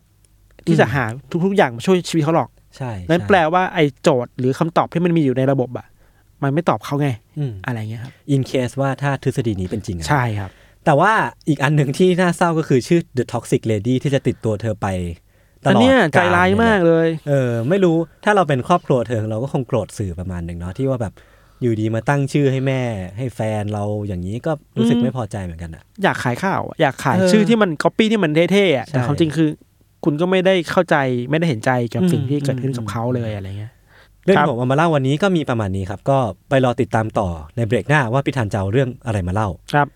[SPEAKER 3] ที่จะ
[SPEAKER 2] อืม
[SPEAKER 3] หาทุกๆอย่างมาช่วยชีวิตเขาหรอก
[SPEAKER 2] ใช่
[SPEAKER 3] นั้น
[SPEAKER 2] ใช่
[SPEAKER 3] แปลว่าไอ้โจทย์หรือคำตอบที่มันมีอยู่ในระบบอะมันไม่ตอบเขาไง
[SPEAKER 2] อืม
[SPEAKER 3] อะไรเงี้ยครับ
[SPEAKER 2] อินเคสว่าถ้าทฤษฎีนี้เป็นจริงอะ
[SPEAKER 3] ใช่ครับ
[SPEAKER 2] แต่ว่าอีกอันหนึ่งที่น่าเศร้าก็คือชื่อ The Toxic Lady ที่จะติดตัวเธอไปต
[SPEAKER 3] แต่
[SPEAKER 2] ลอด
[SPEAKER 3] เนี่ย
[SPEAKER 2] ก
[SPEAKER 3] ใจ
[SPEAKER 2] ล
[SPEAKER 3] ร้ายมากเลย
[SPEAKER 2] เออ ไม่รู้ถ้าเราเป็นครอบครัวเธอเราก็คงโกรธสื่อประมาณหนึ่งเนาะที่ว่าแบบอยู่ดีมาตั้งชื่อให้แม่ ให้แฟนเราอย่างนี้ก็รู้สึก
[SPEAKER 3] อืม
[SPEAKER 2] ไม่พอใจเหมือนกันอะ
[SPEAKER 3] อยากขายข่าวอะอยากขาย
[SPEAKER 2] เออ
[SPEAKER 3] ชื่อที่มันก๊อปปี้ที่มันเท่ๆอะ
[SPEAKER 2] ใช่
[SPEAKER 3] แต่ความจริงคือ คุณก็ไม่ได้เข้าใจไม่ได้เห็นใจกับ
[SPEAKER 2] อืม
[SPEAKER 3] สิ่งที่เกิดขึ้
[SPEAKER 2] อื
[SPEAKER 3] น
[SPEAKER 2] ม
[SPEAKER 3] กับเขาเลยอะไรเงี้ย
[SPEAKER 2] เรื่อง
[SPEAKER 3] ครั
[SPEAKER 2] ที่
[SPEAKER 3] บ
[SPEAKER 2] ผมเอามาเล่าวันนี้ก็มีประมาณนี้ครับ ก็ไปรอติดตามต่อในเบรกหน้าว่าพี่ธันจะเอาเรื่องอะไรมาเล่า
[SPEAKER 3] ครับ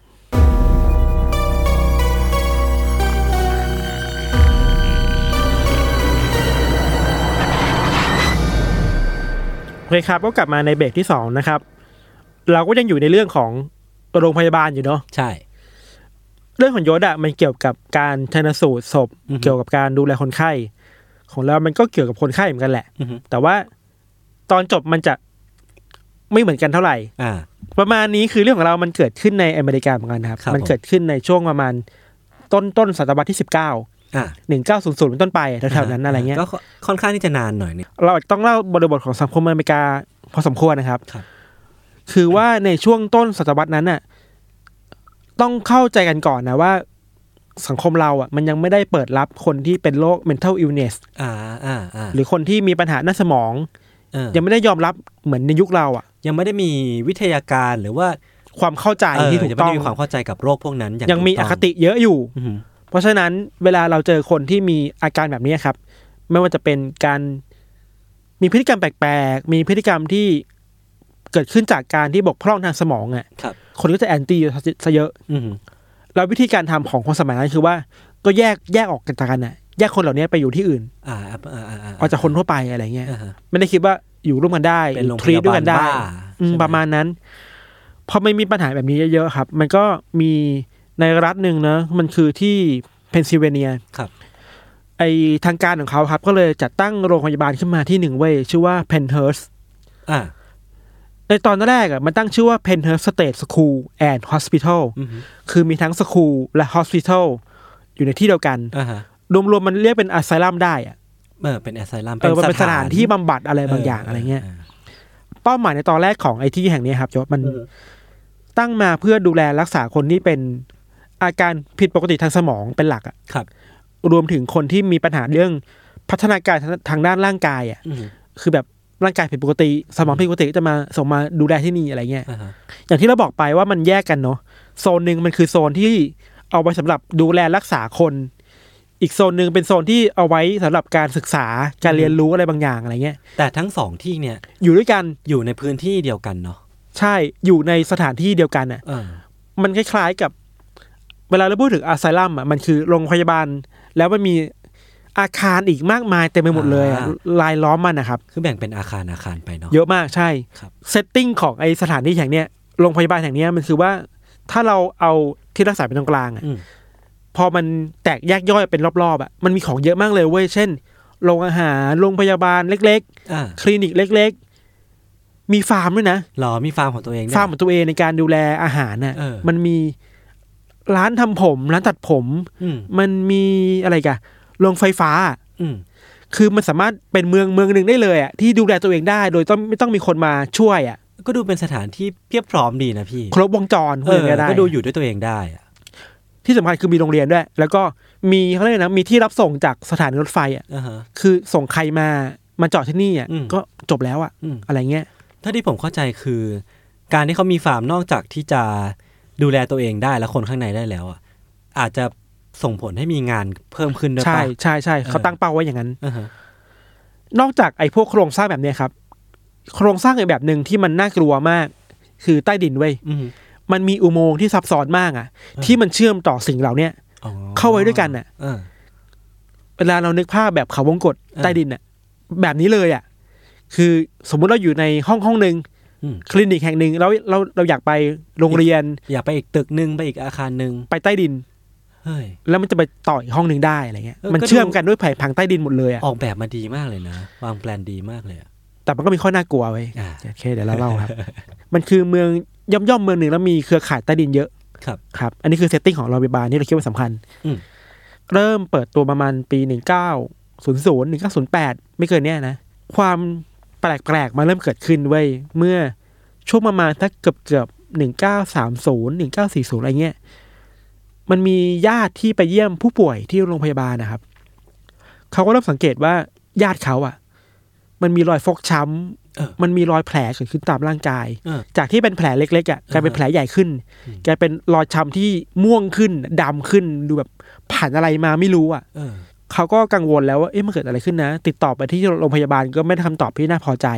[SPEAKER 3] โอเคครับก็กลับมาในเบรกที่สองนะครับ เราก็ยังอยู่ในเรื่องของโรงพยาบาลอยู่เนาะ
[SPEAKER 2] ใช่
[SPEAKER 3] เรื่องของยศอะมันเกี่ยวกับการชันสูตรศพ
[SPEAKER 2] อือฮึ
[SPEAKER 3] เกี่ยวกับการดูแลคนไข้ ของเรามันก็เกี่ยวกับคนไข้เหมือนกันแหละ
[SPEAKER 2] อือฮึ
[SPEAKER 3] แต่ว่าตอนจบมันจะไม่เหมือนกันเท่าไหร่
[SPEAKER 2] อ่า
[SPEAKER 3] ประมาณนี้คือเรื่องของเรามันเกิดขึ้นในอเมริกาเหมือนกันครับ
[SPEAKER 2] ครับ
[SPEAKER 3] มัน
[SPEAKER 2] ผม
[SPEAKER 3] เกิดขึ้นในช่วงประมาณต้นต้นศตวรรษที่สิบเก้า
[SPEAKER 2] อ่า
[SPEAKER 3] หนึ่งเก้าศูนย์ศูนย์เป็นต้นไปอะแถวๆนั้นอะไรเงี้ย
[SPEAKER 2] ก็ค่อนข้างที่จะนานหน่อยเนี่ย
[SPEAKER 3] เราอาจจะต้องเล่าบริบทของสังคมอเมริกาพอสมควรนะครับ
[SPEAKER 2] ครับ
[SPEAKER 3] คือว่าในช่วงต้นศตวรรษนั้นน่ะ ต้องเข้าใจกันก่อนนะว่า สังคมเราอ่ะมันยังไม่ได้เปิดรับคนที่เป็นโรค mental illness
[SPEAKER 2] อ่าอ่าอ่า
[SPEAKER 3] หรือคนที่มีปัญหาหน้าสมอง
[SPEAKER 2] เออ
[SPEAKER 3] ยังไม่ได้ยอมรับเหมือนในยุคเราอ่ะ
[SPEAKER 2] ยังไม่ได้มีวิทยาการหรือว่า
[SPEAKER 3] ความเข้าใจ
[SPEAKER 2] เออ
[SPEAKER 3] ที่ถู
[SPEAKER 2] ยัง
[SPEAKER 3] ก
[SPEAKER 2] ไม่
[SPEAKER 3] ต้อง
[SPEAKER 2] ได้มีความเข้าใจกับโรคพวกนั้นอย่าง
[SPEAKER 3] ยังมี
[SPEAKER 2] ถู
[SPEAKER 3] อก
[SPEAKER 2] ต้
[SPEAKER 3] คติเยอะอยู่
[SPEAKER 2] อืม
[SPEAKER 3] เพราะฉะนั้นเวลาเราเจอคนที่มีอาการแบบนี้ครับ ไม่ว่าจะเป็นการมีพฤติกรรมแปลกๆ มีพฤติกรรมที่เกิดขึ้นจากการที่บกพร่องทางสมองอ่ะ
[SPEAKER 2] ครับ
[SPEAKER 3] คนก็จะแอนตี้ซะเยอะ
[SPEAKER 2] อืม
[SPEAKER 3] แล้ววิธีการทำของคนสมัยนั้นคือว่า ก็แยกแยกออกกันจากกันอ่ะแยกคนเหล่านี้ไปอยู่ที่อื่น
[SPEAKER 2] อ่าอ่าอ่าอ่า
[SPEAKER 3] ออกจากคนทั่วไปอะไรเงี้ย
[SPEAKER 2] อ่าฮะ
[SPEAKER 3] ไม่ได้คิดว่าอยู่ร่วมกันได้
[SPEAKER 2] เป็นโรง
[SPEAKER 3] ทรี
[SPEAKER 2] พยาบาล
[SPEAKER 3] ด้วยกันได้
[SPEAKER 2] บ้า
[SPEAKER 3] อืม
[SPEAKER 2] ใช่ไหม
[SPEAKER 3] ประมาณนั้น พอไม่มีปัญหาแบบนี้เยอะๆครับ มันก็มีในรัฐหนึ่งเนอะมันคือที่เพนซิลเวเนีย
[SPEAKER 2] ครับ
[SPEAKER 3] ไอทางการของเขาครับ ก็เลยจัดตั้งโรงพยาบาลขึ้นมาที่หนึ่งเว้ยชื่อว่าเพนเฮิร์ส
[SPEAKER 2] อ่า
[SPEAKER 3] ในตอนแรกอ่ะมันตั้งชื่อว่าเพนเฮิร์สสเตทสคูลแอนด์ฮอสพิทอล
[SPEAKER 2] อืม
[SPEAKER 3] คือมีทั้งสคูลและฮอสพิทอลอยู่ในที่เดียวกัน
[SPEAKER 2] อ่าฮะ
[SPEAKER 3] รวมๆมันเรียกเป็นอาไซลัมได้อ่ะ
[SPEAKER 2] เออเป็นแอสไซลัม
[SPEAKER 3] เออมันเป็นสถานที่บำบัดอะไรบางอย่างอะไรเงี้ย เป้าหมายในตอนแรกของไอที่แห่งนี้ครับยศมันตั้งมาเพื่อดูแลรักษาคนที่เป็นอาการผิดปกติทางสมองเป็นหลักอะ
[SPEAKER 2] ครับ
[SPEAKER 3] รวมถึงคนที่มีปัญหาเรื่องพัฒนาการทางทางด้านร่างกายอ่ะ
[SPEAKER 2] อืม
[SPEAKER 3] คือแบบร่างกายผิดปกติ สมองผิดปกติก็จะมาส่งมาดูแลที่นี่อะไรเงี้ย
[SPEAKER 2] อ่าฮะ
[SPEAKER 3] อย่างที่เราบอกไปว่ามันแยกกันเนาะโซนหนึ่งมันคือโซนที่เอาไว้สำหรับดูแลรักษาคน อีกโซนหนึ่งเป็นโซนที่เอาไว้สำหรับการศึกษาการเรียนรู้อะไรบางอย่างอะไรเงี้ย
[SPEAKER 2] แต่ทั้งสองที่เนี่ย
[SPEAKER 3] อยู่ด้วยกัน
[SPEAKER 2] อยู่ในพื้นที่เดียวกันเนาะ
[SPEAKER 3] ใช่อยู่ในสถานที่เดียวกันอ่ะ
[SPEAKER 2] เออ
[SPEAKER 3] มันคล้ายๆกับ เวลาเราพูดถึงอาไซลัมอ่ะมันคือโรงพยาบาล แล้วมันมีอาคารอีกมากมายเต็มไปหมดเลยอะ
[SPEAKER 2] อ่า
[SPEAKER 3] ลายล้อมมันนะครับ
[SPEAKER 2] คือแบ่งเป็นอาคารอาคารไปเนาะ
[SPEAKER 3] เยอะมากใช่
[SPEAKER 2] ครับ
[SPEAKER 3] เซตติ้งของไอสถานที่แห่งเนี้ยโรงพยาบาลแห่งเนี้ยมันคือว่าถ้าเราเอาที่รักษาเป็นตรงกลางอะ
[SPEAKER 2] อืม
[SPEAKER 3] พอมันแตกแยกย่อยเป็นรอบๆอ่ะมันมีของเยอะมากเลยเว้ยเช่นโรงอาหารโรงพยาบาลเล็ก
[SPEAKER 2] อ่า
[SPEAKER 3] ๆ คลินิกเล็ก ๆ มีฟาร์มด้วยนะ
[SPEAKER 2] หรอมีฟาร์มของตัวเองด้วย
[SPEAKER 3] ฟาร์มของตัวเองในการดูแลอาหารน่ะ
[SPEAKER 2] เออ
[SPEAKER 3] มันมีร้านทำผม ร้านตัดผม
[SPEAKER 2] อืม
[SPEAKER 3] มันมีอะไรอีกันโรงไฟฟ้า
[SPEAKER 2] อืม
[SPEAKER 3] คือมันสามารถเป็นเมืองเมืองหนึ่งได้เลยอ่ะที่ดูแลตัวเองได้ โดยต้องไม่ต้องมีคนมาช่วยอ่ะ
[SPEAKER 2] ก็ดูเป็นสถานที่เพียบพร้อมดีนะพี่
[SPEAKER 3] ครบวงจร
[SPEAKER 2] เออ
[SPEAKER 3] เงี้ยได้
[SPEAKER 2] ก็ดูอยู่ด้วยตัวเองได้อะ
[SPEAKER 3] ที่สำคัญคือมีโรงเรียนด้วย แล้วก็มีเขาเรียกนะมีที่รับส่งจากสถานีรถไฟอ่ะ
[SPEAKER 2] อ่าฮะ
[SPEAKER 3] คือส่งใครมามาจอดที่นี่อ่ะ
[SPEAKER 2] อืม
[SPEAKER 3] ก็จบแล้วอ่ะ
[SPEAKER 2] อืม
[SPEAKER 3] อะไรเงี้ย
[SPEAKER 2] ถ้าที่ผมเข้าใจคือ การที่เขามีฟาร์มนอกจากที่จะดูแลตัวเองได้และคนข้างในได้แล้วอ่ะอาจจะส่งผลให้มีงานเพิ่มขึ้นด้วย
[SPEAKER 3] ใช่
[SPEAKER 2] ปะ
[SPEAKER 3] ใช่ใช่เขา
[SPEAKER 2] เออ
[SPEAKER 3] ตั้งเป้าไว้อย่างนั้น
[SPEAKER 2] อ่าฮะ
[SPEAKER 3] นอกจากไอ้พวกโครงสร้างแบบเนี้ยครับ โครงสร้างอีกแบบหนึ่งที่มันน่ากลัวมาก คือใต้ดินเว้ย
[SPEAKER 2] อืม
[SPEAKER 3] มันมีอุโมงค์ที่ซับซ้อนมากอ่ะ
[SPEAKER 2] ออ
[SPEAKER 3] ที่มันเชื่อมต่อสิ่งเหล่าเนี้ย
[SPEAKER 2] อ๋อ
[SPEAKER 3] เข้าไว้ด้วยกันน่ะ
[SPEAKER 2] เออ
[SPEAKER 3] เวลาเรานึกภาพแบบเขาวงกต
[SPEAKER 2] เออ
[SPEAKER 3] ใต้ดินอ่ะ แบบนี้เลยอ่ะ คือสมมุติเราอยู่ในห้องห้องหนึ่ง
[SPEAKER 2] อืม
[SPEAKER 3] คลินิกแห่งหนึ่งแล้วเราเราอยากไปโรงเรียน
[SPEAKER 2] อย่าไปอีกตึกหนึงไปอีกอาคารหนึง
[SPEAKER 3] ไปใต้ดิน
[SPEAKER 2] เฮ้ย
[SPEAKER 3] แล้วมันจะไปต่ออีกห้องหนึ่งได้อะไรเงี้ย
[SPEAKER 2] เออ
[SPEAKER 3] มัน
[SPEAKER 2] ก็ดู
[SPEAKER 3] เชื่อมกันด้วยแผงพังใต้ดินหมดเลยอ่ะ
[SPEAKER 2] ออกแบบมาดีมากเลยนะ วางแปลนดีมากเลยอะ
[SPEAKER 3] แต่มันก็มีข้อน่ากลัวไว้ย
[SPEAKER 2] อ่า
[SPEAKER 3] โอเคเดี๋ยวเราเล่าครับ มันคือเมืองย่อมย่อมๆเมืองหนึ่งแล้วมีเครือข่ายใต้ดินเยอะ
[SPEAKER 2] ครับ
[SPEAKER 3] ครับ อันนี้คือเซตติ้งของโรงพยาบาลนี่เราคิดว่าสำคัญ
[SPEAKER 2] อืม
[SPEAKER 3] เริ่มเปิดตัวประมาณปี 1900 1908 ไม่เกินเนี้ยนะ ความแปลกๆ มาเริ่มเกิดขึ้นเว้ยเมื่อช่วงประมาณถ้าเกือบเกือบ1930 1940 อะไรเงี้ย มันมีญาติที่ไปเยี่ยมผู้ป่วยที่โรงพยาบาลนะครับ เขาก็เริ่มสังเกตว่าญาติเขาอะ่ะ มันมีรอยฟกช้
[SPEAKER 2] เออ
[SPEAKER 3] ำมันมีรอยแผลเกิดขึ้นตามร่างกาย
[SPEAKER 2] เออ
[SPEAKER 3] จากที่เป็นแผลเล็กๆอะ่ะกลายเป็นแผลใหญ่ขึ้น แกเป็นรอยช้ำที่ม่วงขึ้นดำขึ้นดูแบบผ่านอะไรมาไม่รู้อ่ะ
[SPEAKER 2] เออ
[SPEAKER 3] เขาก็กังวลแล้วว่าเอ๊ะมันเกิดอะไรขึ้นนะ ติดต่อไปที่โรงพยาบาลก็ไม่ได้คำตอบที่น่าพอใจ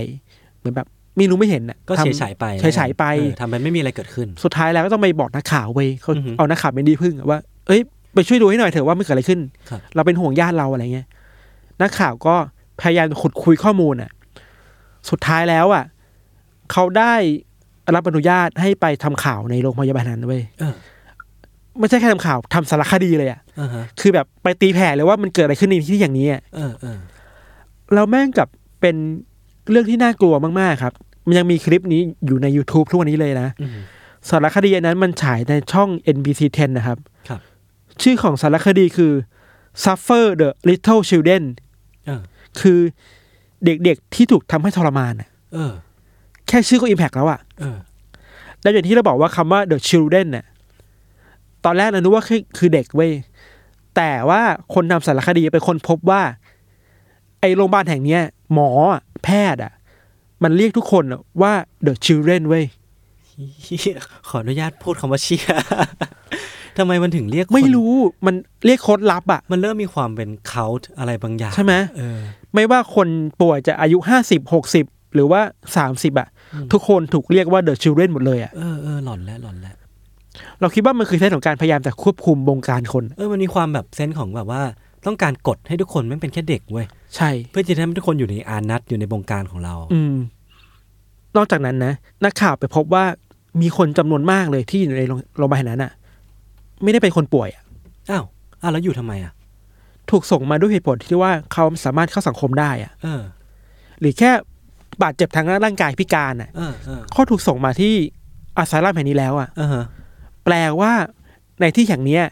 [SPEAKER 3] เหมือนแบบไม่รู้ไม่เห็นอ่ะ
[SPEAKER 2] ก็
[SPEAKER 3] ทำ
[SPEAKER 2] เฉยฉายไป
[SPEAKER 3] เฉยๆไป
[SPEAKER 2] เออทำเป็นไม่มีอะไรเกิดขึ้น
[SPEAKER 3] สุดท้ายแล้วก็ต้องไปบอกนักข่าวเว้ยเขา
[SPEAKER 2] อือหือ
[SPEAKER 3] เอานักข่าวเป็นดีพึ่งอะว่า เอ้ยไปช่วยดูให้หน่อยเถอะว่ามันเกิดอะไรขึ้น
[SPEAKER 2] ครับ
[SPEAKER 3] เราเป็นห่วงญาติเราอะไรเงี้ยนักข่าวก็พยายามขุดคุยข้อมูลอ่ะ สุดท้ายแล้วอ่ะเขาได้รับอนุญาตให้ไปทำข่าวในโรงพยาบาลนั้นเว้ย
[SPEAKER 2] เออ
[SPEAKER 3] ไม่ใช่แค่ทำข่าวทำสารคดีเลยอ่ะ
[SPEAKER 2] อ่าฮะ
[SPEAKER 3] คือแบบไปตีแผ่เลยว่ามันเกิดอะไรขึ้นในที่อย่างนี้อะ
[SPEAKER 2] เออเออ
[SPEAKER 3] แล้วแม่งกลับเป็นเรื่องที่น่ากลัวมากๆครับ มันยังมีคลิปนี้อยู่ใน YouTube ทุกวันนี้เลยนะ
[SPEAKER 2] อืม
[SPEAKER 3] สารคดีอันนั้นมันฉายในช่อง NBC 10 นะครับ
[SPEAKER 2] ครับ
[SPEAKER 3] ชื่อของสารคดีคือ Suffer the Little Children
[SPEAKER 2] เออ
[SPEAKER 3] คือเด็กๆที่ถูกทำให้ทรมานอะ
[SPEAKER 2] เออ
[SPEAKER 3] แค่ชื่อก็ Impact แล้วอะ
[SPEAKER 2] เออ
[SPEAKER 3] แล้วอย่างที่เราบอกว่าคำว่า the children น่ะตอนแรกเรานึกว่าคือคือเด็กเว้ย แต่ว่าคนทำสารคดีไปคนพบว่า ไอโรงพยาบาลแห่งเนี้ย หมออะแพทย์อะมันเรียกทุกคนอะว่า the children เว้ย
[SPEAKER 2] เ เหี้ยขออนุญาตพูดคำว่าเชี่ย [laughs] ทำไมมันถึงเรียกคน
[SPEAKER 3] ไม่รู้มันเรียกโค้ดลับอ่ะ
[SPEAKER 2] มันเริ่มมีความเป็นเคาท์อะไรบางอย่าง
[SPEAKER 3] ใช่ไหม
[SPEAKER 2] เออ
[SPEAKER 3] ไม่ว่าคนป่วยจะอายุห้าสิบหกสิบหรือว่าสามสิบอ่ะ
[SPEAKER 2] อืม
[SPEAKER 3] ทุกคนถูกเรียกว่าเดอะชิลเ e n นหมดเลยอ่ะ
[SPEAKER 2] เออเออหลอนแล้วหลอนแล้ว
[SPEAKER 3] เราคิดว่ามันคือเส้นของการพยายามจะควบคุมบงการคน
[SPEAKER 2] เออมันมีความแบบเซนส์ของแบบว่าต้องการกดให้ทุกคนไม่งเป็นแค่เด็กเว้ย
[SPEAKER 3] ใช่
[SPEAKER 2] เพื่อจะทำให้ทุกคนอยู่ในอานัตอยู่ในวงการของเรา
[SPEAKER 3] อืม นอกจากนั้นนะ นักข่าวไปพบว่ามีคนจำนวนมากเลยที่อยู่ในโรงโรงพยาบาลแห่งนั้นอ่ะ ไม่ได้เป็นคนป่วยอะ
[SPEAKER 2] อ้าวอ้าวแล้วอยู่ทำไมอ่ะ
[SPEAKER 3] ถูกส่งมาด้วยเหตุผลที่ว่าเขาสามารถเข้าสังคมได้อ่ะ
[SPEAKER 2] เออ
[SPEAKER 3] หรือแค่บาดเจ็บทางร่างกายพิการอ่ะ
[SPEAKER 2] เออเออ
[SPEAKER 3] เขาถูกส่งมาที่อาสาลัมแห่งนี้แล้วอ่ะ
[SPEAKER 2] เออฮะ
[SPEAKER 3] แปลว่าในที่อย่างเนี้ย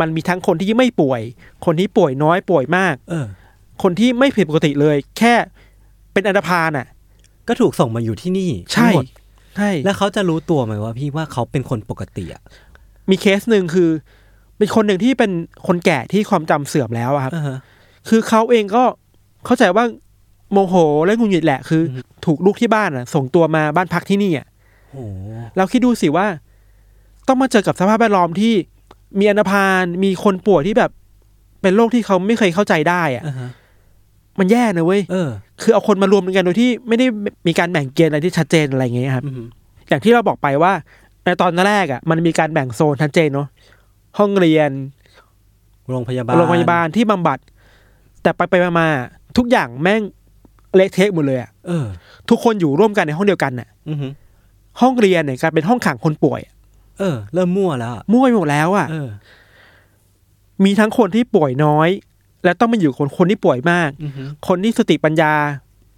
[SPEAKER 3] มันมีทั้งคนที่ไม่ป่วย คนที่ป่วยน้อยป่วยมาก
[SPEAKER 2] เออ
[SPEAKER 3] คนที่ไม่ผิดปกติเลย แค่เป็นอันดพาลน่ะ
[SPEAKER 2] ก็ถูกส่งมาอยู่ที่นี่
[SPEAKER 3] ใช่
[SPEAKER 2] ทั้งหมด
[SPEAKER 3] ใช่
[SPEAKER 2] แล้
[SPEAKER 3] แล้ว ว
[SPEAKER 2] เขาจะรู้ตัวไหมว่าพี่ว่าเขาเป็นคนปกติอ่ะ
[SPEAKER 3] มีเคสหนึ่งคือ เป็นคนหนึ่งที่เป็นคนแก่ที่ความจำเสื่อมแล้วอะครับ
[SPEAKER 2] เออฮะ
[SPEAKER 3] คือเขาเองก็เข้าใจว่าโมโหและหงุนหงิดแหละคือ
[SPEAKER 2] อืม
[SPEAKER 3] ถูกลูกที่บ้านน่ะ ส่งตัวมาบ้านพักที่นี่อ่ะ
[SPEAKER 2] โอ้โห
[SPEAKER 3] เราคิดดูสิว่า ต้องมาเจอกับสภาพแวดล้อมที่มีอันดพาลมีคนป่วยที่แบบ เป็นโรคที่เขาไม่เคยเข้าใจได้อ่ะ
[SPEAKER 2] เออฮะ
[SPEAKER 3] มันแย่นะเว้ย
[SPEAKER 2] เออ
[SPEAKER 3] คือเอาคนมารวมกันโดยที่ไม่ได้มีการแบ่งเกณฑ์อะไรที่ชัดเจนอะไรอย่างเงี้ยครับ
[SPEAKER 2] อือฮึ
[SPEAKER 3] อย่างที่เราบอกไปว่า ในตอนแรกอ่ะ มันมีการแบ่งโซนชัดเจนเนาะห้องเรียน
[SPEAKER 2] โรงพยาบาล
[SPEAKER 3] โรงพยาบาลที่บำบัด แต่ไปไปมาๆทุกอย่างแม่งเละเทะหมดเลยอ่ะ
[SPEAKER 2] เออ
[SPEAKER 3] ทุกคนอยู่ร่วมกันในห้องเดียวกันน่ะ
[SPEAKER 2] อือฮึ
[SPEAKER 3] ห้องเรียนเนี่ยกลายเป็นห้องขังคนป่วยอะ
[SPEAKER 2] เออ เริ่มมั่วแล้วอะ
[SPEAKER 3] มั่วไปหมดแล้วอ่ะ
[SPEAKER 2] เออ
[SPEAKER 3] มีทั้งคนที่ป่วยน้อย และต้องมาอยู่คนคนที่ป่วยมาก
[SPEAKER 2] อือฮึ
[SPEAKER 3] คนที่สติปัญญา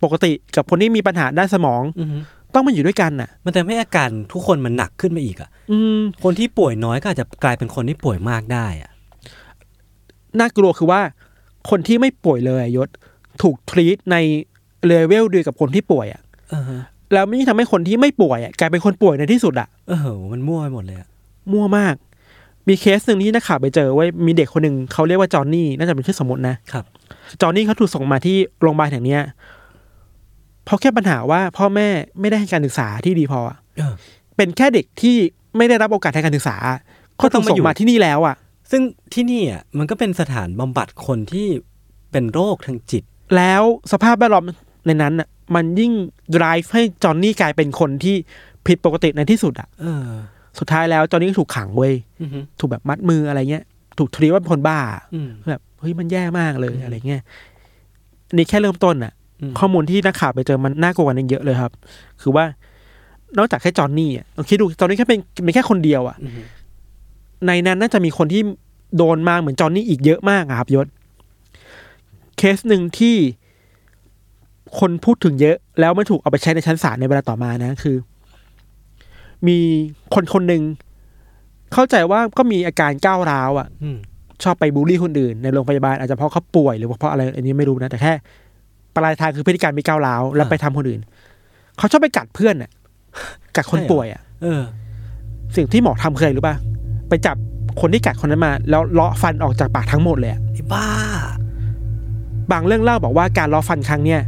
[SPEAKER 3] ปกติกับคนที่มีปัญหาด้านสมอง
[SPEAKER 2] อือฮึ
[SPEAKER 3] ต้องมาอยู่ด้วยกันน่ะ
[SPEAKER 2] มันแต่ให้อาการทุกคนมันหนักขึ้นมาอีกอ่ะ
[SPEAKER 3] อืม
[SPEAKER 2] คนที่ป่วยน้อยก็อาจจะกลายเป็นคนที่ป่วยมากได้อ่ะ
[SPEAKER 3] น่ากลัวคือว่าคนที่ไม่ป่วยเลยอะยศถูกทรีตในเลเวลเดียวกับคนที่ป่วยอะ
[SPEAKER 2] เออฮะ
[SPEAKER 3] แล้วไม่ทำให้คนที่ไม่ป่วยอะกลายเป็นคนป่วยในที่สุดอะ
[SPEAKER 2] เออ มันมั่วไปหมดเลยอะ
[SPEAKER 3] มั่วมาก มีเคสหนึ่งที่นักข่าวไปเจอไว้ยมีเด็กคนหนึ่งเขาเรียกว่าจอห์นนี่น่าจะเป็นชื่อสมมตินะครับ จอห์นนี่เขาถูกส่งมาที่โรงพยาบาลแห่งเนี้ยเพราะแค่ปัญหาว่าพ่อแม่ไม่ได้ให้การศึกษาที่ดีพออะ
[SPEAKER 2] เออ
[SPEAKER 3] เป็นแค่เด็กที่ไม่ได้รับโอกาสทางการศึกษาเขาถูกส่งมาที่นี่แล้วอะ
[SPEAKER 2] ซึ่งที่นี่อ่ะมันก็เป็นสถานบำบัดคนที่เป็นโรคทางจิต
[SPEAKER 3] แล้วสภาพแวดล้อมในนั้นอะมันยิ่ง drive ให้จอห์นนี่กลายเป็นคนที่ผิดปกติในที่สุดอะ
[SPEAKER 2] เออ
[SPEAKER 3] สุดท้ายแล้วจอห์นนี่ก็ถูกขังเว้ย
[SPEAKER 2] อือฮึ
[SPEAKER 3] ถูกแบบมัดมืออะไรเงี้ย ถูกทรีว่าเป็นคนบ้า
[SPEAKER 2] อืม
[SPEAKER 3] แบบเฮ้ยมันแย่มากเลย
[SPEAKER 2] อืม
[SPEAKER 3] อะไรเงี้ยอันนี่แค่เริ่มต้นอะ
[SPEAKER 2] อืม
[SPEAKER 3] ข้อมูลที่นักข่าวไปเจอมันน่ากลัวกว่านั้นเยอะเลยครับ คือว่านอกจากแค่จอห์นนี่อะลองคิดดูจอห์นนี่แค่เป็นเป็นแค่คนเดียวอะ
[SPEAKER 2] อือฮึ
[SPEAKER 3] ในนั้นน่าจะมีคนที่โดนมาเหมือนจอห์นนี่อีกเยอะมากอะครับยศเคสหนึ่งที่คนพูดถึงเยอะ แล้วมันถูกเอาไปใช้ในชั้นศาลในเวลาต่อมานะคือ มีคนคนหนึ่งเข้าใจว่าก็มีอาการก้าวร้าวอ่ะ
[SPEAKER 2] อืม
[SPEAKER 3] ชอบไปบูลลี่คนอื่นในโรงพยาบาลอาจจะเพราะเขาป่วยหรือว่าเพราะอะไรอันนี้ไม่รู้นะ แต่แค่ปลายทางคือพฤติการมีก้าวร้าวแล้วไปทำคนอื่น เขาชอบไปกัดเพื่อนอ่ะกัดคนป่วยอ่ะ
[SPEAKER 2] เออ
[SPEAKER 3] สิ่งที่หมอทำคืออะไรรู้ป่ะไปจับคนที่กัดคนนั้นมา แล้วเลาะฟันออกจากปากทั้งหมดเลยอะ
[SPEAKER 2] ไอ้บ้า
[SPEAKER 3] บางเรื่องเล่าบอกว่าการเลาะฟันครั้งเนี้ย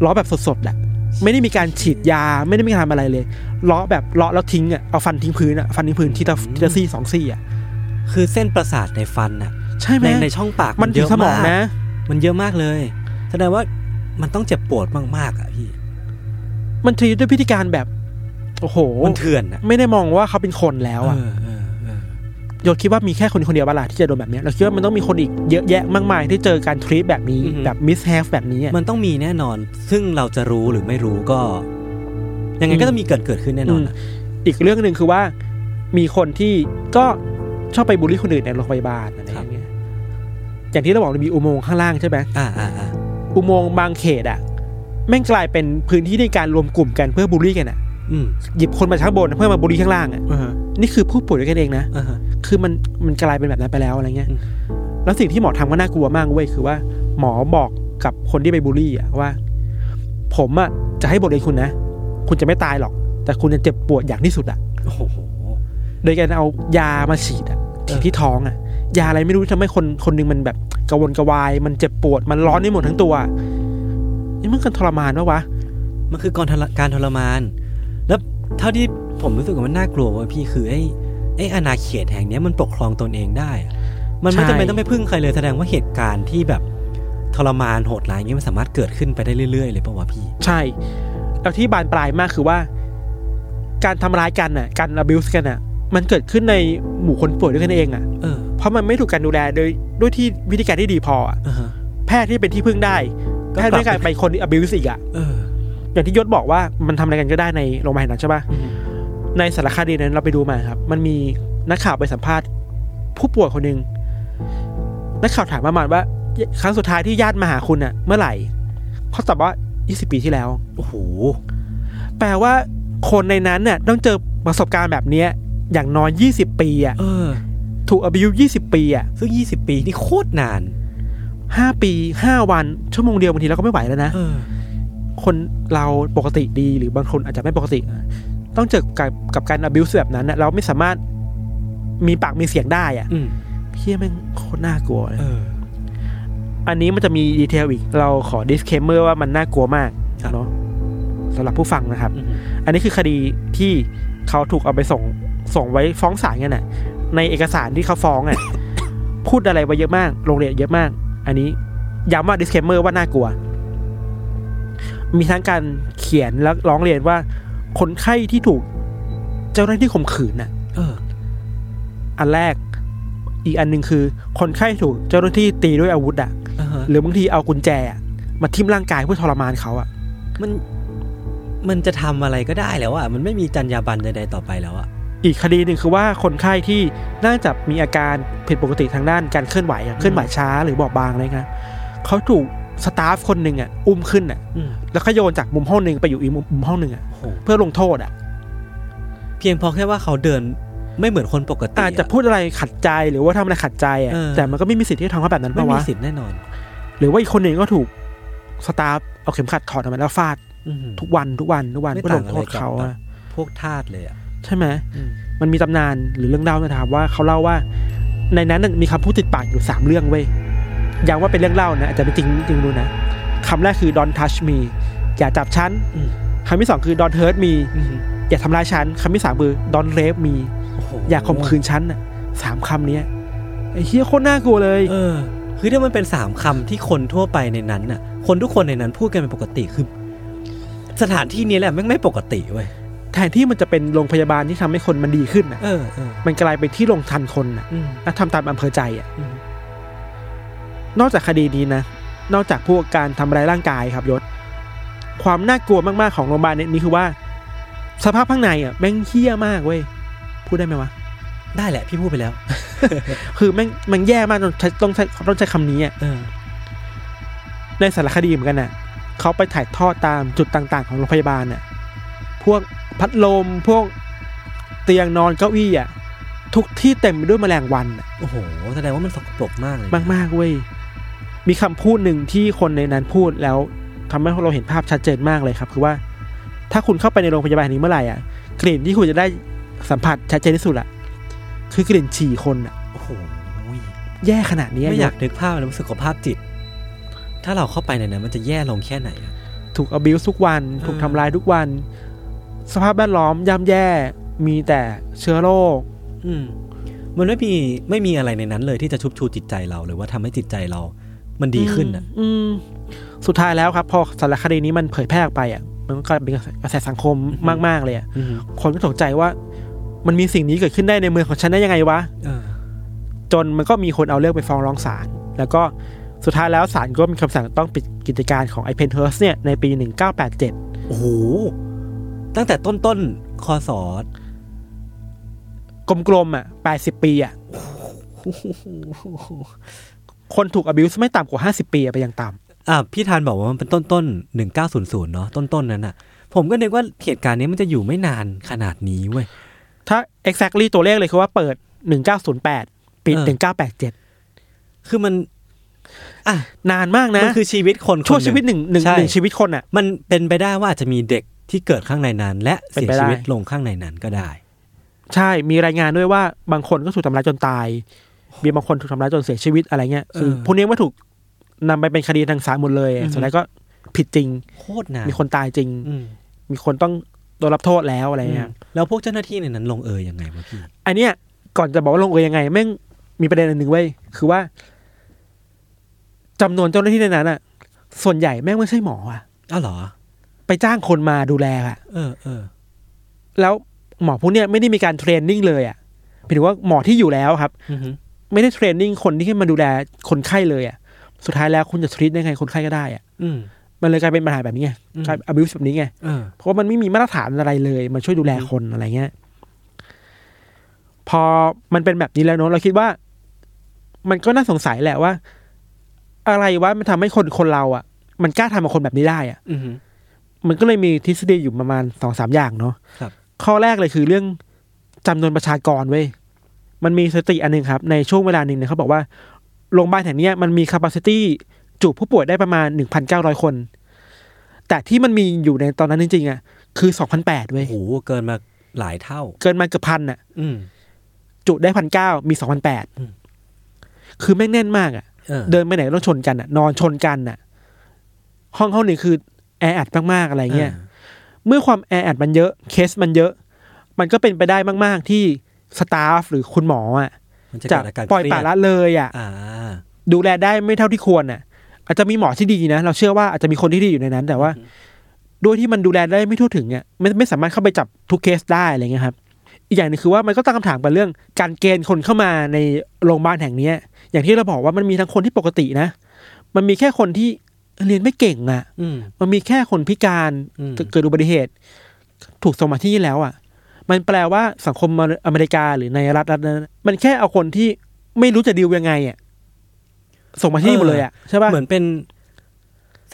[SPEAKER 3] เลาะแบบสดๆอ่ะ ไม่ได้มีการฉีดยาไม่ได้มีการทำอะไรเลยเลาะแบบเลาะแล้วทิ้งอ่ะเอาฟันทิ้งพื้นอ่ะฟันทิ้งพื้นทีละทีละซี่สองซี่อ่ะ
[SPEAKER 2] คือเส้นประสาทในฟันอ่ะ
[SPEAKER 3] ใช่ไหม
[SPEAKER 2] ในในช่องปาก
[SPEAKER 3] มันถึ
[SPEAKER 2] เย
[SPEAKER 3] ง
[SPEAKER 2] อะ
[SPEAKER 3] สมอง
[SPEAKER 2] มาก
[SPEAKER 3] นะ
[SPEAKER 2] มันเยอะมากเลย แสดงว่ามันต้องเจ็บปวดมากๆอ่ะพี่
[SPEAKER 3] มันทรีด้วยพฤติการแบบ โอ้โห
[SPEAKER 2] มันเถื่อนอ่ะ
[SPEAKER 3] ไม่ได้มองว่าเขาเป็นคนแล้วอ่ะ
[SPEAKER 2] เออเออเออ
[SPEAKER 3] โยนคิดว่ามีแค่คนคนเดียวบ้าล่ะที่จะโดนแบบเนี้ยเราคิดว่ามันต้องมีคนอีกเยอะแยะมากมายที่เจอการทรีตแบบนี้แบบมิสแฮฟแบบนี้อะ
[SPEAKER 2] มันต้องมีแน่นอน ซึ่งเราจะรู้หรือไม่รู้ก็ ยังไงก็ต้องมีเกิดเกิดขึ้นแน่นอนอะ
[SPEAKER 3] อีกเรื่องหนึ่งคือว่ามีคนที่ก็ชอบไปบูลลี่คนอื่นในโรงพยาบาลอะไรอย่างเงี้ยอย่างที่เราบอกมันมีอุโมงค์ข้างล่างใช่ไหม
[SPEAKER 2] อ่าอ่าอ่า
[SPEAKER 3] อุโมงค์บางเขตอ่ะแม่งกลายเป็นพื้นที่ในการรวมกลุ่มกันเพื่อบูลลี่กันอ่ะ
[SPEAKER 2] อืม
[SPEAKER 3] หยิบคนมาข้างบนเพื่อมาบูลลี่ข้างล่างอ่ะ
[SPEAKER 2] เออ
[SPEAKER 3] นี่คือผู้ป่วยด้วยกันเองนะ
[SPEAKER 2] อ่าฮะ
[SPEAKER 3] คือมันมันกลายเป็นแบบนั้นไปแล้วอะไรเงี้ย
[SPEAKER 2] อืม
[SPEAKER 3] แล้วสิ่งที่หมอทำก็น่ากลัวมากเว้ยคือว่า หมอบอกกับคนที่ไปบูลลี่อะว่า ผมอ่ะจะให้บทเรียนคุณนะ คุณจะไม่ตายหรอก แต่คุณจะเจ็บปวดอย่างที่สุดอ่ะ
[SPEAKER 2] โอ้โห
[SPEAKER 3] โดยการเอายามาฉีดอะ
[SPEAKER 2] เออ
[SPEAKER 3] ฉีดที่ท้องอะยาอะไรไม่รู้ทำให้คนคนหนึงมันแบบกระวนกระวาย มันเจ็บปวดมันร้อนไปหมดทั้งตัวนี่มันกันทรมานปะวะ
[SPEAKER 2] มันคือการทรการทรมาน แล้วเท่าที่ ผมรู้สึกว่ามันน่ากลัวเว่าพี่คือไอ้ไอ้อาณาเขตแห่งเนี้ยมันปกครองตนเองได้อะมันไม่
[SPEAKER 3] ใช่
[SPEAKER 2] จำเป็นต้องไปพึ่งใครเลยแสดงว่าเหตุการณ์ที่แบบทรมานโหดร้ายอย่างเงี้ยมันสามารถเกิดขึ้นไปได้เรื่อยๆเลยปะวะพี่
[SPEAKER 3] ใช่ แล้วที่บานปลายมากคือว่า การทำร้ายกันน่ะ การ abuse กันน่ะ มันเกิดขึ้นในหมู่คนป่วยด้วยกันเองอ่ะ
[SPEAKER 2] เออ
[SPEAKER 3] เพราะมันไม่ถูกการดูแลโดยด้วยที่วิธีการที่ดีพออะ
[SPEAKER 2] อ่าฮะ
[SPEAKER 3] แพทย์ที่เป็นที่พึ่งได้
[SPEAKER 2] ก็
[SPEAKER 3] แพ
[SPEAKER 2] กลับ
[SPEAKER 3] ทย์ด้วยการไปคนที่ abuse อีกอ่ะ
[SPEAKER 2] เออ
[SPEAKER 3] อย่างที่ยศบอกว่ามันทำอะไรกันก็ได้ในโรงพยาบาลนั้นใช่ปะ
[SPEAKER 2] อืม
[SPEAKER 3] ในสารคดีนั้นเราไปดูมาครับ มันมีนักข่าวไปสัมภาษณ์ ผู้ป่วยคนหนึ่งนักข่าวถามประมาณว่า ครั้งสุดท้ายที่ญาติมาหาคุณน่ะ เมื่อไหร่เขาตอบว่า 20 ปีที่แล้ว
[SPEAKER 2] โอ้โห
[SPEAKER 3] แปลว่าคนในนั้นน่ะต้องเจอประสบการณ์แบบเนี้ย อย่างน้อย 20 ปีอ่ะ
[SPEAKER 2] เออ
[SPEAKER 3] ถูกอบิว20 ปีอ่ะ
[SPEAKER 2] ซึ่งยี่สิบปีนี่โคตรนาน
[SPEAKER 3] 5ปี 5 วัน ชั่วโมงเดียวบางทีเราก็ไม่ไหวแล้วนะ
[SPEAKER 2] เออ
[SPEAKER 3] คนเราปกติดีหรือบางคนอาจจะไม่ปกติอะต้องเจอกับกับการ abuse แบบนั้นนะเราไม่สามารถมีปากมีเสียงได้อะ
[SPEAKER 2] อืม
[SPEAKER 3] เพี้ยแม่งโคตรน่ากลัวเลย
[SPEAKER 2] เออ
[SPEAKER 3] อันนี้มันจะมีดีเทลอีก เราขอ disclaimer ว่ามันน่ากลัวมาก
[SPEAKER 2] ครับ
[SPEAKER 3] เนาะสำหรับผู้ฟังนะครับ
[SPEAKER 2] อืม
[SPEAKER 3] อันนี้คือคดีที่เขาถูกเอาไปส่งส่งไว้ฟ้องศาลกันน่ะ ในเอกสารที่เขาฟ้องอ่ะ พูดอะไรไว้เยอะมากลงเรียนเยอะมาก อันนี้ย้ำว่า disclaimer ว่าน่ากลัว มีทั้งการเขียนและร้องเรียนว่า คนไข้ที่ถูกเจ้าหน้าที่ข่มขืนน่ะ
[SPEAKER 2] เออ
[SPEAKER 3] อันแรกอีกอันหนึ่งคือ คนไข้ถูกเจ้าหน้าที่ตีด้วยอาวุธอ่ะ
[SPEAKER 2] อ่าฮะ
[SPEAKER 3] หรือบางทีเอากุญแจอะมาทิ่มร่างกายเพื่อทรมานเขาอ่ะ
[SPEAKER 2] มัน มันจะทำอะไรก็ได้แล้วอ่ะ มันไม่มีจรรยาบรรณใดๆต่อไปแล้วอ่ะ
[SPEAKER 3] อีกคดีหนึ่งคือว่าคนไข้ที่น่าจะมีอาการผิดปกติทางด้านการเคลื่อนไหวอะเคลื่อนไหวช้าหรือบอบบางอะไรเงี้ยเขาถูกสตาฟคนหนึ่งอ่ะอุ้มขึ้นอ่ะ
[SPEAKER 2] อืม
[SPEAKER 3] แล้วก็โยนจากมุมห้องหนึ่งไปอยู่อีกมุมมุมห้องหนึ่งอ่ะ
[SPEAKER 2] โอ้โห
[SPEAKER 3] เพื่อลงโทษอ่ะ
[SPEAKER 2] เพียงพอแค่ว่าเขาเดินไม่เหมือนคนปกติ
[SPEAKER 3] อาจจะพูดอะไรขัดใจหรือว่าทำอะไรขัดใจอ่ะ
[SPEAKER 2] เออ
[SPEAKER 3] แต่มันก็ไม่มีสิทธิ์ที่จะทำเขาแบบนั้น
[SPEAKER 2] ไม่
[SPEAKER 3] ปะ
[SPEAKER 2] มี
[SPEAKER 3] วะ
[SPEAKER 2] สิทธิ์แน่นอน
[SPEAKER 3] หรือว่าอีกคนหนึ่งก็ถูกสตาฟเอาเข็มขัดถอดออกมาแล้วฟาด
[SPEAKER 2] อืม
[SPEAKER 3] ทุกวันทุกวันทุกวัน
[SPEAKER 2] ไม่
[SPEAKER 3] เพื่อล
[SPEAKER 2] ต่าง
[SPEAKER 3] ง
[SPEAKER 2] อะไร
[SPEAKER 3] โทษเขา
[SPEAKER 2] กับแบ
[SPEAKER 3] อะ
[SPEAKER 2] บ พวกทาสเลยอ่ะ
[SPEAKER 3] ใช่ไหม
[SPEAKER 2] อืม
[SPEAKER 3] มันมีตำนานหรือเรื่องเล่านะครับว่าเขาเล่าว่า ในนั้นน่ะมีคำพูดติดปากอยู่สามเรื่องเว้ยย้ำว่าเป็นเรื่องเล่านะอาจจะไม่จริงจริงรู้นะคำแรกคือ don't touch me อย่าจับฉัน
[SPEAKER 2] อืม
[SPEAKER 3] คำที่สองคือ don't hurt me
[SPEAKER 2] อืม
[SPEAKER 3] อย่าทำร้ายฉันคำที่สามคือ don't rape me
[SPEAKER 2] โโห
[SPEAKER 3] อย่าข่มขืนฉันน่ะสามคำเนี้ยไอ้เฮียโคตรน่ากลัวเลย
[SPEAKER 2] เออ คือถ้ามันเป็นสามคำที่คนทั่วไปในนั้นน่ะ คนทุกคนในนั้นพูดกันเป็นปกติคือ สถานที่นี้แหละแม่งไม่ปกติเว้ย
[SPEAKER 3] แทนที่มันจะเป็นโรงพยาบาลที่ทำให้คนมันดีขึ้นน่ะ
[SPEAKER 2] เออเออ
[SPEAKER 3] มันกลายเป็นที่ลงทันคนน่ะ
[SPEAKER 2] อืม
[SPEAKER 3] และทำตามอำเภอใจอ่ะ
[SPEAKER 2] อืม
[SPEAKER 3] นอกจากคดีนี้นะ นอกจากพวกการทำร้ายร่างกายครับยศ ความน่ากลัวมากๆของโรงพยาบาลเนี่ยนี่คือว่า สภาพข้างในอ่ะแม่งเฮี้ยมากเว้ย พูดได้ไหมวะ
[SPEAKER 2] ได้แหละพี่พูดไปแล้ว
[SPEAKER 3] คือแม่งมันแย่มากจนใช้ต้องใช้ต้องใช้คำนี้อ่ะ
[SPEAKER 2] เออ
[SPEAKER 3] ในสารคดีเหมือนกันน่ะเขาไปถ่ายทอดตามจุดต่างๆ ของโรงพยาบาลน่ะพวกพัดลมพวกเตียงนอนเก้าอี้อ่ะทุกที่เต็มไปด้วยแมลงวันน่ะ
[SPEAKER 2] โอ้โห แสดงว่ามันสกปรกมากเลย
[SPEAKER 3] มากมากๆเว้ย มีคำพูดหนึ่งที่คนในนั้นพูดแล้วทำให้เราเห็นภาพชัดเจนมากเลยครับ คือว่า ถ้าคุณเข้าไปในโรงพยาบาลแห่งนี้เมื่อไหร่อ่ะกลิ่นที่คุณจะได้สัมผัสชัดเจนที่สุดอะคือกลิ่นฉี่คนอะ
[SPEAKER 2] โอ้โห
[SPEAKER 3] แย่ขนาดนี้
[SPEAKER 2] ไม่อยากนึกภาพเลยรู้สึกว่าภาพจิต ถ้าเราเข้าไปในนั้นมันจะแย่ลงแค่ไหนอะ
[SPEAKER 3] ถูกอบิวทุกวัน
[SPEAKER 2] เออ
[SPEAKER 3] ถูกทำร้ายทุกวัน สภาพแวดล้อมย่ำแย่ มีแต่เชื้อโรค
[SPEAKER 2] อืมมันไม่มีไม่มีอะไรในนั้นเลยที่จะชุบชูจิตใจเรา หรือว่าทำให้จิตใจเรา มันดีขึ้นอ่ะ
[SPEAKER 3] อืม สุดท้ายแล้วครับ พอสารคดีนี้มันเผยแพร่ออกไปอ่ะ มันก็กลายเป็นกระแสสังคม
[SPEAKER 2] อือฮึ
[SPEAKER 3] มาก ๆ เลยอ่ะ
[SPEAKER 2] อืม
[SPEAKER 3] คนก็ตกใจว่ามันมีสิ่งนี้เกิดขึ้นได้ในเมืองของฉันได้ยังไงวะ
[SPEAKER 2] เออ
[SPEAKER 3] จนมันก็มีคนเอาเรื่องไปฟ้องร้องศาลแล้วก็สุดท้ายแล้วศาลก็มีคำสั่งต้องปิดกิจการของไอเพนเฮิร์สเนี่ยในปี 1987
[SPEAKER 2] โอ้โห ตั้งแต่ต้นต้นคอสอก
[SPEAKER 3] ลมๆอ่ะ 80 ปีอ่ะ คนถูกอบิวไม่ต่ำกว่า 50 ปีอะไปยังต่
[SPEAKER 2] อ่ะพี่ทานบอกว่ามันเป็นต้นต้นหนึ่งเก้าศูนย์ศูนย์เนาะต้นต้นนั้นอ่ะ ผมก็นึกว่าเหตุการณ์นี้มันจะอยู่ไม่นานขนาดนี้เว้ย
[SPEAKER 3] ำถ้า exactly ตัวเลขเลยคือว่าเปิด 1908 ปิด
[SPEAKER 2] เออ
[SPEAKER 3] 1987
[SPEAKER 2] คือมัน อ่ะ
[SPEAKER 3] นานมากนะ
[SPEAKER 2] มันคือชีวิตคนคน
[SPEAKER 3] ช่วงชีวิตหนึ่งหนึ่ง
[SPEAKER 2] ใ
[SPEAKER 3] หนึ่งชีวิตคนอ่ะ
[SPEAKER 2] มันเป็นไปได้ว่าอาจจะมีเด็กที่เกิดข้างในนั้น และเสีย
[SPEAKER 3] เป็นไปได้
[SPEAKER 2] ชีวิตลงข้างในนั้นก็ได้
[SPEAKER 3] ใช่ มีรายงานด้วยว่าบางคนก็ถูกทำร้ายจนตาย มีบางคนถูกทำร้ายจนเสียชีวิตอะไรเงี้ยคือ
[SPEAKER 2] เออ
[SPEAKER 3] พวกนี้ว่าถูกนำไปเป็นคดีทางศาลหมดเลย
[SPEAKER 2] อือฮึ
[SPEAKER 3] สุดท้ายก็ผิดจริง
[SPEAKER 2] โคตรนาน
[SPEAKER 3] มีคนตายจริง
[SPEAKER 2] อืม
[SPEAKER 3] มีคนต้อง โดนรับโทษแล้วอะไรเงี้ย
[SPEAKER 2] แล้วพวกเจ้าหน้าที่ในนั้นลงเอยยังไงวะพี่
[SPEAKER 3] อันเนี้ยก่อนจะบอกว่าลงเอยยังไงแม่งมีประเด็นอันหนึ่งไว้ยคือว่าจำนวนเจ้าหน้าที่ในนั้นอะส่วนใหญ่แม่งไม่ใช่หมออะ
[SPEAKER 2] อ้าวเหรอ
[SPEAKER 3] ไปจ้างคนมาดูแลอะ
[SPEAKER 2] เออเออ
[SPEAKER 3] แล้วหมอพวกเนี้ยไม่ได้มีการเทรนนิ่งเลยอะหมายถึงว่าหมอที่อยู่แล้วครับ
[SPEAKER 2] อือหือ
[SPEAKER 3] ไม่ได้เทรนนิ่งคนที่ให้มาดูแลคนไข้เลยอะสุดท้ายแล้วคุณจะทรีตได้ไงคนไข้ก็ได้อะ
[SPEAKER 2] อืม
[SPEAKER 3] มันเลยกลายเป็นปัญหาแบบนี้ไง
[SPEAKER 2] อืม
[SPEAKER 3] กลายอาบิวแบบนี้ไง
[SPEAKER 2] เออ
[SPEAKER 3] เพราะว่ามันไม่มีมาตรฐานอะไรเลยมาช่วยดูแลคนอะไรเงี้ย พอมันเป็นแบบนี้แล้วเนอะเราคิดว่า มันก็น่าสงสัยแหละว่า อะไรวะมันทำให้คนคนเราอ่ะ มันกล้าทำกับคนแบบนี้ได้อ่ะ
[SPEAKER 2] อือหือ
[SPEAKER 3] มันก็เลยมีทฤษฎีอยู่ประมาณสองสามอย่างเนาะ
[SPEAKER 2] ครับ
[SPEAKER 3] ข้อแรกเลยคือเรื่องจำนวนประชากรเว้ยมันมีสถิติอันหนึ่งครับ ในช่วงเวลาหนึ่งเนี่ยเขาบอกว่าโรงพยาบาลแห่งเนี้ยมันมี capacity จุผู้ป่วยได้ประมาณหนึ่งพันเก้าร้อยคน แต่ที่มันมีอยู่ในตอนนั้นจริงๆอ่ะคือสองพันแปดเว้
[SPEAKER 2] โอ้
[SPEAKER 3] ย
[SPEAKER 2] โหเกินมาหลายเท่า
[SPEAKER 3] เกินมาเกือบพันอ่ะ
[SPEAKER 2] อืม
[SPEAKER 3] จุได้พันเก้ามีสองพันแปด
[SPEAKER 2] อืม
[SPEAKER 3] คือแม่งแน่นมากอ่ะ
[SPEAKER 2] เออ
[SPEAKER 3] เดินไปไหนต้องชนกันอ่ะ นอนชนกันอ่ะ ห้องห้องหนึ่งคือแออัดมากๆอะไรเงี้ย เมื่อความแออัดมันเยอะ เคสมันเยอะ มันก็เป็นไปได้มากๆ ที่สตาฟหรือคุณหมออ่ะ
[SPEAKER 2] มันจะ
[SPEAKER 3] จะ
[SPEAKER 2] เกิดอาการ
[SPEAKER 3] ปล่อยปละละเลยอ่ะ
[SPEAKER 2] อ่า
[SPEAKER 3] ดูแลได้ไม่เท่าที่ควรอ่ะ อาจจะมีหมอที่ดีนะ เราเชื่อว่าอาจจะมีคนที่ดีอยู่ในนั้น แต่ว่า ด้วยที่มันดูแลได้ไม่ทั่วถึงเนี่ยไม่ไม่สามารถเข้าไปจับทุกเคสได้อะไรเงี้ยครับ อีกอย่างหนึงคือว่ามันก็ตั้งคำถามกับเรื่องการเกณฑ์คนเข้ามาในโรงพยาบาลแห่งเนี้ย อย่างที่เราบอกว่ามันมีทั้งคนที่ปกตินะ มันมีแค่คนที่เรียนไม่เก่งอ่ะ
[SPEAKER 2] อืม
[SPEAKER 3] มันมีแค่คนพิการ
[SPEAKER 2] อืม
[SPEAKER 3] เกิดอุบัติเหตุ ถูกส่งมาที่นี่แล้วอ่ะ มันแปลว่าสังคมอเมริกาหรือในรัฐรัฐนั้นมันแค่เอาคนที่ไม่รู้จะดีลยังไงอ่ะส่งมาที่นี่หมดเลยอ่ะใช่ป่ะ
[SPEAKER 2] เหมือนเป็น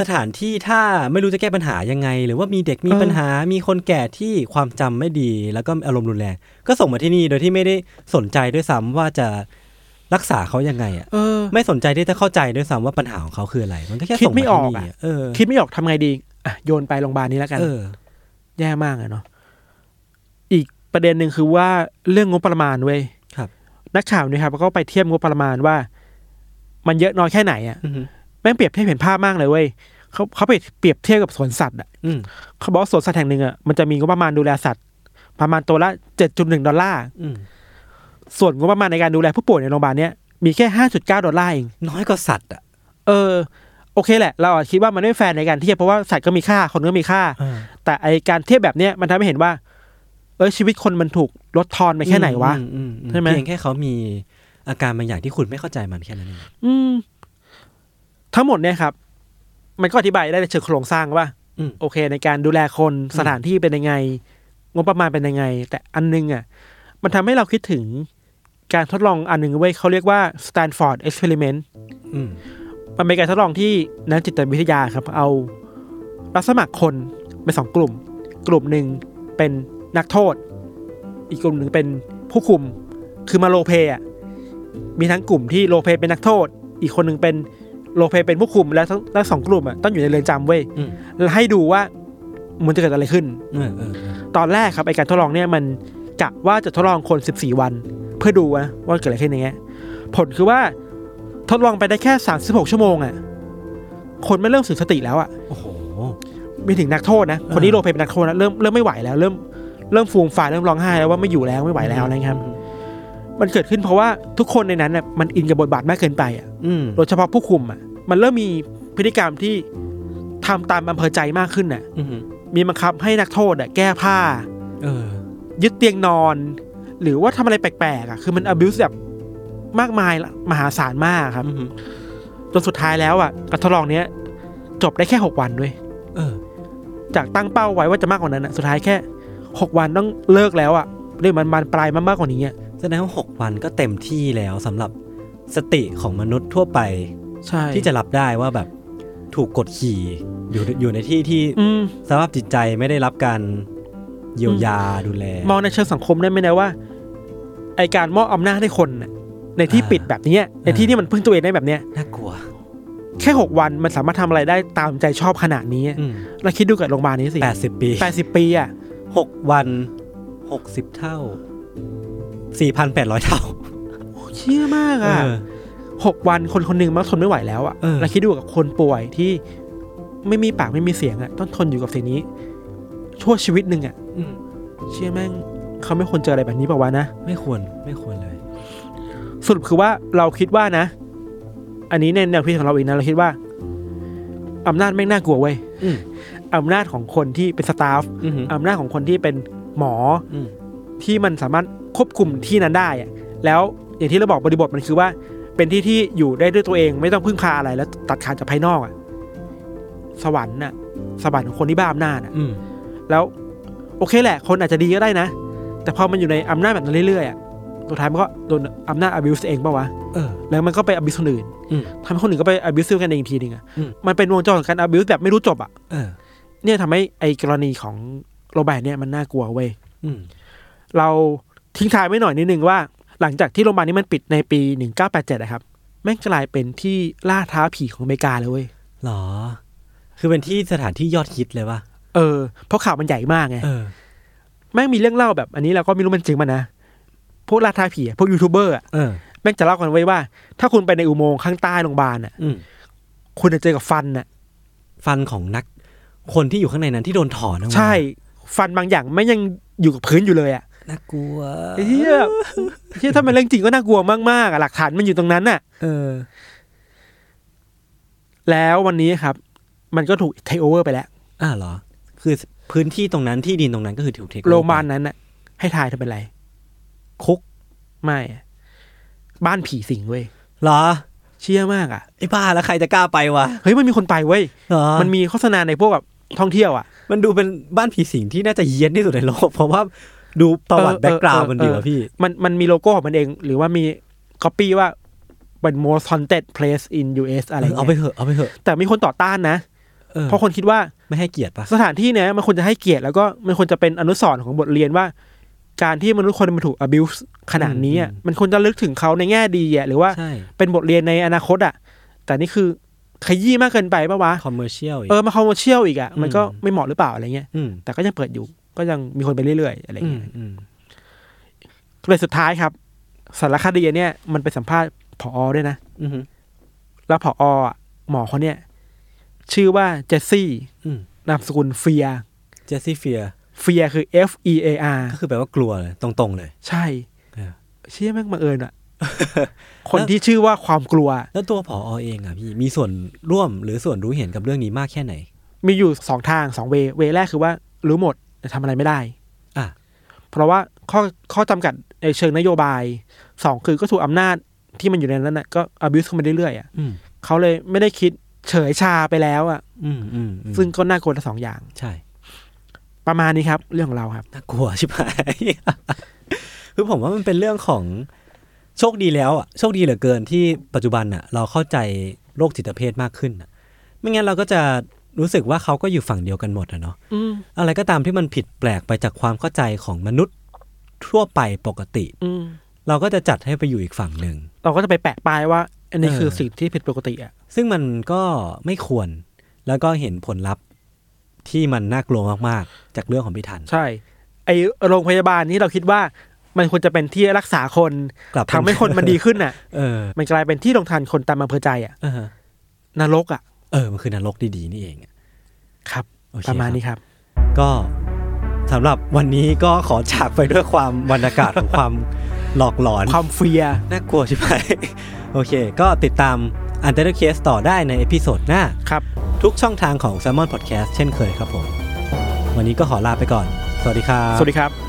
[SPEAKER 2] สถานที่ถ้าไม่รู้จะแก้ปัญหายังไง หรือว่ามีเด็กมี
[SPEAKER 3] เออ
[SPEAKER 2] ปัญหา มีคนแก่ที่ความจำไม่ดี แล้วก็อารมณ์รุนแรงก็ส่งมาที่นี่โดยที่ไม่ได้สนใจด้วยซ้ำว่าจะรักษาเขายังไงอ่ะ
[SPEAKER 3] เออ
[SPEAKER 2] ไม่สนใจที่จะเข้าใจด้วยซ้ำว่าปัญหาของเขาคืออะไร มันก็แค่
[SPEAKER 3] คิ
[SPEAKER 2] ส่ง
[SPEAKER 3] ด
[SPEAKER 2] มา
[SPEAKER 3] ไม่อ
[SPEAKER 2] ที่
[SPEAKER 3] อก
[SPEAKER 2] นี่
[SPEAKER 3] อะ
[SPEAKER 2] อะเออ
[SPEAKER 3] คิดไม่ออกทำไงดีอ่ะโยนไปโรงพยาบาลนี้แล้วกัน
[SPEAKER 2] เออ
[SPEAKER 3] แย่มากอะเนาะ อีกประเด็นหนึ่งคือว่าเรื่องงบประมาณเว้ย
[SPEAKER 2] ครับ
[SPEAKER 3] นักข่าวเนี่ยครับก็ไปเทียบงบประมาณว่า มันเยอะน้อยแค่ไหนอ่ะ
[SPEAKER 2] อือหือ
[SPEAKER 3] แม่งเปรียบเทียบเห็นภาพมากเลยเว้ยเขาเขาไปเปรียบเทียบกับสวนสัตว์อ่ะ
[SPEAKER 2] อืม
[SPEAKER 3] เขาบอกว่าสวนสัตว์แห่งหนึ่งอ่ะมันจะมีงบประมาณดูแลสัตว์ ประมาณตัวละ 7.1 ดอลลาร์
[SPEAKER 2] อืม
[SPEAKER 3] ส่วนงบประมาณในการดูแลผู้ป่วยในโรงพยาบาลเนี้ยมีแค่ 5.9 ดอลลาร์เอง
[SPEAKER 2] น้อยกว่าสัตว์อ่ะ
[SPEAKER 3] เออ โอเคแหละ เราอาจคิดว่ามันไม่แฟร์ในการเทียบเพราะว่าสัตว์ก็มีค่าคนก็มีค่า แต่ไอการเทียบแบบเนี้ยมันทำให้เห็นว่า เอยชีวิตคนมันถูกลดทอนไปแค่ไหนวะ
[SPEAKER 2] อืมอืมอื
[SPEAKER 3] ใช่ไหม
[SPEAKER 2] เพียงแค่เขามีอาการบางอย่างที่คุณไม่เข้าใจมันแค่นั้นเอง
[SPEAKER 3] อืม ทั้งหมดเนี่ยครับ มันก็อธิบายได้ในเชิงโครงสร้างว่า
[SPEAKER 2] อืม
[SPEAKER 3] โอเค ในการดูแลคน
[SPEAKER 2] อืม
[SPEAKER 3] สถานที่เป็นยังไง งบประมาณเป็นยังไง แต่อันนึงอ่ะ มันทำให้เราคิดถึงการทดลองอันหนึ่งเว้ยเขาเรียกว่า Stanford Experiment
[SPEAKER 2] อืม
[SPEAKER 3] มันเป็นการทดลองที่นักจิตวิทยาครับ เอารับสมัครคนเป็นสองกลุ่ม กลุ่มหนึ่งเป็นนักโทษ อีกกลุ่มหนึ่งเป็นผู้คุม คือมาโลเปอ่ะมีทั้งกลุ่มที่โลเปเป็นนักโทษ อีกคนหนึ่งเป็นโลเปเป็นผู้คุม แล้วทั้งทั้งสองกลุ่มอ่ะต้องอยู่ในเรือนจำเว้ย
[SPEAKER 2] อืม
[SPEAKER 3] แล้วให้ดูว่ามันจะเกิดอะไรขึ้น
[SPEAKER 2] เออเออเออ
[SPEAKER 3] ตอนแรกครับไอการทดลองเนี่ยมันกะว่าจะทดลองคน 14 วัน เพื่อดูนะว่าเกิดอะไรขึ้นอย่างเงี้ยผลคือว่าทดลองไปได้แค่ 36 ชั่วโมงอะ่ะคนไม่เริ่มสึกสติแล้วอะ่ะ
[SPEAKER 2] โอ้โห
[SPEAKER 3] ไม่ถึงนักโทษนะ คนที่โรลเพลย์เป็นนักโทษนะเริ่มเริ่มไม่ไหวแล้วเริ่มเริ่มฟูมฝ่ายเริ่มร้องไห้แล้วว่าไม่อยู่แล้วไม่ไหวแล้วนะครับ มันเกิดขึ้นเพราะว่าทุกคนในนั้นน่ะมันอินกับบทบาทมากเกินไปอ่ะ
[SPEAKER 2] อืม
[SPEAKER 3] โดยเฉพาะผู้คุมอ่ะมันเริ่มมีพฤติกรรมที่ทำตามอำเภอใจมากขึ้นน่ะ
[SPEAKER 2] อืม
[SPEAKER 3] มีบังคับให้นักโทษอะแก้ผ้า
[SPEAKER 2] เออ
[SPEAKER 3] ยึดเตียงนอน หรือว่าทำอะไรแปลกๆอ่ะคือมัน abuse แบบมากมายละมหาศาลมากครับ
[SPEAKER 2] อืม
[SPEAKER 3] จนสุดท้ายแล้วอ่ะการทดลองเนี้ย จบได้แค่ 6 วันด้วย
[SPEAKER 2] เออ
[SPEAKER 3] จากตั้งเป้าไว้ว่าจะมากกว่านั้นอ่ะสุดท้ายแค่ 6 วันต้องเลิกแล้วอ่ะเรื่องมันบานปลายมากๆกว่านี้อ่ะ
[SPEAKER 2] แสดงว่าหกวันก็เต็มที่แล้วสำหรับสติของมนุษย์ทั่วไป
[SPEAKER 3] ใช่
[SPEAKER 2] ที่จะรับได้ว่าแบบถูกกดขี่อยู่อยู่ในที่ที่
[SPEAKER 3] อืม
[SPEAKER 2] สภาพจิตใจไม่ได้รับการเยียวยาดูแล
[SPEAKER 3] มองในเชิงสังคมได้ไหมนะว่า ไอการมอบอำนาจให้คนน่ะในที่
[SPEAKER 2] อ่า
[SPEAKER 3] ปิดแบบเนี้ยในที่
[SPEAKER 2] อ่า
[SPEAKER 3] ที่มันพึ่งตัวเองได้แบบเนี้ย
[SPEAKER 2] น่ากลัว
[SPEAKER 3] แค่ 6 วันมันสามารถทำอะไรได้ตามใจชอบขนาดนี้
[SPEAKER 2] อืม
[SPEAKER 3] เราคิดดูกับโรงพยาบาลนี้สิ
[SPEAKER 2] แปดสิบปี
[SPEAKER 3] แปดสิบปีอ่ะ
[SPEAKER 2] หกวันหกสิบเท่าสี่พันแปดร้อยเท่า
[SPEAKER 3] เชี่ยมากอ่ะ
[SPEAKER 2] เออ
[SPEAKER 3] หกวันคนคนหนึ่งมันก็ทนไม่ไหวแล้วอ่ะ
[SPEAKER 2] เออ
[SPEAKER 3] แล้วคิดดูกับคนป่วยที่ไม่มีปากไม่มีเสียงอ่ะต้องทนอยู่กับสิ่งนี้ ชั่วชีวิตหนึ่งอ่ะ อืมเชื่อแม่งเขาไม่ควรเจออะไรแบบนี้เปล่าวะนะ
[SPEAKER 2] ไม่ควรไม่ควรเลย
[SPEAKER 3] สรุปคือว่าเราคิดว่านะ อันนี้ในแนวคิดของเราเองนะเราคิดว่าอำนาจไม่งน่ากลัวเว้ย
[SPEAKER 2] อืม
[SPEAKER 3] อำนาจของคนที่เป็นสตาฟ
[SPEAKER 2] อืม
[SPEAKER 3] อำนาจของคนที่เป็นหมอ
[SPEAKER 2] อืม
[SPEAKER 3] ที่มันสามารถควบคุมที่นั้นได้อะแล้วอย่างที่เราบอกบริบทมันคือว่า เป็นที่ที่อยู่ได้ด้วยตัวเองไม่ต้องพึ่งพาอะไร แล้วตัดขาดจากภายนอกอะสวรรค์น่ะ สวรรค์ของคนที่บ้าอำนาจอะ
[SPEAKER 2] อืม
[SPEAKER 3] แล้วโอเคแหละ คนอาจจะดีก็ได้นะ แต่พอมันอยู่ในอำนาจแบบนั้นเรื่อยๆอะสุดท้ายมันก็โดนอำนาจ abuse เองปะวะ
[SPEAKER 2] เออ
[SPEAKER 3] แล้วมันก็ไป abuse คนอื่น
[SPEAKER 2] อืม
[SPEAKER 3] ทำให้คนอื่นก็ไป abuse กันเองอีกทีหนึ่งอ่ะ
[SPEAKER 2] อืม
[SPEAKER 3] มันเป็นวงจรของการ abuse แบบไม่รู้จบอ่ะ
[SPEAKER 2] เออ
[SPEAKER 3] เนี่ยทำให้ไอ้กรณีของโรแบร์ตเนี่ยมันน่ากลัวเว้ย
[SPEAKER 2] อืม
[SPEAKER 3] เราทิ้งท้ายไว้หน่อยนิดนึงว่า หลังจากที่โรงพยาบาลนี้มันปิดในปี 1987นะครับ แม่งกลายเป็นที่ล่าท้าผีของอเมริกาเลยเว้ย
[SPEAKER 2] หรอ คือเป็นที่สถานที่ยอดฮิตเลยว่ะ
[SPEAKER 3] เออ เพราะข่าวมันใหญ่มากไง
[SPEAKER 2] เออ
[SPEAKER 3] แม่งมีเรื่องเล่าแบบอันนี้เราก็ไม่รู้มันจริงมันนะ พวกล่าท้าผีอะพวกยูทูบเบอร์อะ
[SPEAKER 2] เออ
[SPEAKER 3] แม่งจะเล่ากันไว้ว่า ถ้าคุณไปในอุโมงค์ข้างใต้โรงพยาบาลอ่ะ
[SPEAKER 2] อืม
[SPEAKER 3] คุณจะเจอกับฟันอ่ะ
[SPEAKER 2] ฟันของนัก คนที่อยู่ข้างในนั้นที่โดนถอนออกมา
[SPEAKER 3] ใช่ ฟันบางอย่างไม่งยังอยู่กับพื้นอยู่เลยอ่ะ
[SPEAKER 2] น่ากลัว
[SPEAKER 3] ไอ้เหี้ยเหี้ยถ้ามันเรื่องจริงก็น่ากลัวมากๆอะหลักฐานมันอยู่ตรงนั้นน่ะ
[SPEAKER 2] เออ
[SPEAKER 3] แล้ววันนี้ครับ มันก็ถูกเทคโอเวอร์ไปแล้ว
[SPEAKER 2] อ่าเหรอ คือพื้นที่ตรงนั้นที่ดินตรงนั้นก็คือถูกเทค
[SPEAKER 3] โรงพยาบาลนั้นน่ะ ให้ทายทำเป็นไร
[SPEAKER 2] คุก
[SPEAKER 3] ไม่อะบ้านผีสิงเว้ย
[SPEAKER 2] เหรอ
[SPEAKER 3] เชื่อมากอ่ะ
[SPEAKER 2] ไอ้บ้าแล้วใครจะกล้าไปวะ
[SPEAKER 3] เฮ้ยมันมีคนไปเว้ย
[SPEAKER 2] เหรอ
[SPEAKER 3] มันมีโฆษณาในพวกแบบท่องเที่ยวอ่ะ
[SPEAKER 2] มันดูเป็นบ้านผีสิงที่น่าจะเฮี้ยนที่สุดในโลก เพราะว่าดูประวัติ
[SPEAKER 3] เออ
[SPEAKER 2] แบ็กกราว
[SPEAKER 3] เออ
[SPEAKER 2] มันดีกว่า
[SPEAKER 3] เออ
[SPEAKER 2] พี่
[SPEAKER 3] มันมันมีโลโก้ของมันเอง หรือว่ามีก๊อปปี้ว่าเป็น most haunted place in US อะไร
[SPEAKER 2] เอาไป
[SPEAKER 3] เงี้ย
[SPEAKER 2] เถอะเอาไปเถอะ
[SPEAKER 3] แต่มีคนต่อต้านนะ
[SPEAKER 2] เออ
[SPEAKER 3] เพราะคนคิดว่า
[SPEAKER 2] ไม่ให้เกียรติปะ
[SPEAKER 3] สถานที่เนี้ยมันควรจะให้เกียรติแล้วก็มันควรจะเป็นอนุสรณ์ของบทเรียนว่า การที่มนุษย์คนมันถูก abuse ขนาดนี้อะมันควรจะลึกถึงเขาในแง่ดีอ่ะหรือว่า
[SPEAKER 2] ใช่
[SPEAKER 3] เป็นบทเรียนในอนาคตอ่ะ แต่นี่คือขยี้มากเกินไปปะวะ
[SPEAKER 2] คอมเมอร์เชียลอีก
[SPEAKER 3] เออมาคอมเมอร์เชียลอีกอ่ะ
[SPEAKER 2] อืม
[SPEAKER 3] มันก็ไม่เหมาะหรือเปล่าอะไรเงี้ย
[SPEAKER 2] ม
[SPEAKER 3] แต่ก็ยังเปิดอยู่ก็ยังมีคนไปเรื่อยๆอะไร
[SPEAKER 2] อื
[SPEAKER 3] เงี้
[SPEAKER 2] ม
[SPEAKER 3] ย
[SPEAKER 2] อืม
[SPEAKER 3] เลยสุดท้ายครับ สารคดีเนี่ยมันไปสัมภาษณ์ผอด้วยนะ
[SPEAKER 2] อืม
[SPEAKER 3] แล้วผออะหมอเขาเนี่ย ชื่อว่าเจสซี่
[SPEAKER 2] อืม
[SPEAKER 3] นามสกุลเฟีย
[SPEAKER 2] เจสซี่เฟีย
[SPEAKER 3] เฟียคือ F E A R
[SPEAKER 2] ก็คือแปลว่ากลัวเลยตรงๆเลย
[SPEAKER 3] ใช่
[SPEAKER 2] เออ
[SPEAKER 3] เชี่ยแม่งบังเอิญ
[SPEAKER 2] [laughs]
[SPEAKER 3] อะ คนที่ชื่อว่าความกลัว
[SPEAKER 2] แล้วตัวผอเองอ่ะพี่มีส่วนร่วมหรือส่วนรู้เห็นกับเรื่องนี้มากแค่ไหน
[SPEAKER 3] มีอยู่สองทางสองเวเวแรกคือว่ารู้หมดแต่ทำอะไรไม่ได้
[SPEAKER 2] อ่ะ
[SPEAKER 3] เพราะว่าข้อข้อจำกัดในเชิงนโยบายสองคือก็ถูกอำนาจที่มันอยู่ในนั้นน่ะก็ abuse เข้ามาเรื่อยๆอะ
[SPEAKER 2] อืม
[SPEAKER 3] เขาเลยไม่ได้คิดเฉยชาไปแล้วอะ
[SPEAKER 2] อืมอืมอืม
[SPEAKER 3] ซึ่งก็น่ากลัวทั้งสองอย่าง
[SPEAKER 2] ใช่
[SPEAKER 3] ประมาณนี้ครับ เรื่องของเราครับ
[SPEAKER 2] น่ากลัวชิบหาย [laughs] คือผมว่ามันเป็นเรื่องของโชคดีแล้วอ่ะ โชคดีเหลือเกินที่ปัจจุบันอ่ะ เราเข้าใจโรคจิตเภทมากขึ้นอ่ะ ไม่งั้นเราก็จะรู้สึกว่าเขาก็อยู่ฝั่งเดียวกันหมดอ่ะเนาะ
[SPEAKER 3] อืม
[SPEAKER 2] อะไรก็ตามที่มันผิดแปลกไปจากความเข้าใจของมนุษย์ทั่วไปปกติ
[SPEAKER 3] อืม
[SPEAKER 2] เราก็จะจัดให้ไปอยู่อีกฝั่งหนึ่ง
[SPEAKER 3] เราก็จะไปแปะป้ายว่า อันนี้
[SPEAKER 2] เออ
[SPEAKER 3] คือสิ่งที่ผิดปกติอะ
[SPEAKER 2] ซึ่งมันก็ไม่ควร แล้วก็เห็นผลลัพธ์ที่มันน่ากลัวมากๆ จากเรื่องของพี่ทัน
[SPEAKER 3] ใช่ ไอโรงพยาบาลนี่เราคิดว่ามันควรจะเป็นที่รักษาคน
[SPEAKER 2] กลับเป็
[SPEAKER 3] ทำให้คนมันดีขึ้น
[SPEAKER 2] [laughs]
[SPEAKER 3] น่ะ
[SPEAKER 2] เออ
[SPEAKER 3] มันกลายเป็นที่ลงทานคนตามอำเภอใจอ่ะ
[SPEAKER 2] อ่าฮะ
[SPEAKER 3] นรกอ่ะ
[SPEAKER 2] เออมันคือนรกดีๆนี่เองอะ
[SPEAKER 3] ครับ
[SPEAKER 2] โอเค
[SPEAKER 3] ประมา
[SPEAKER 2] ค
[SPEAKER 3] ณ
[SPEAKER 2] บ
[SPEAKER 3] นี้ครับ
[SPEAKER 2] ก็สำหรับวันนี้ก็ขอจากไปด้วยความบรรยากาศของความหลอกหลอน
[SPEAKER 3] ความเฟียร์
[SPEAKER 2] น่ากลัวใช่ไหม [laughs] โอเค ก็ติดตาม u n t e r Case ต่อได้ในเอพิโซดหน้า
[SPEAKER 3] ครับ
[SPEAKER 2] ทุกช่องทางของ s ซ l m o n Podcast เช่นเคยครับผม วันนี้ก็ขอลาไปก่อน สวัสดีครับ
[SPEAKER 3] สวัสดีครับ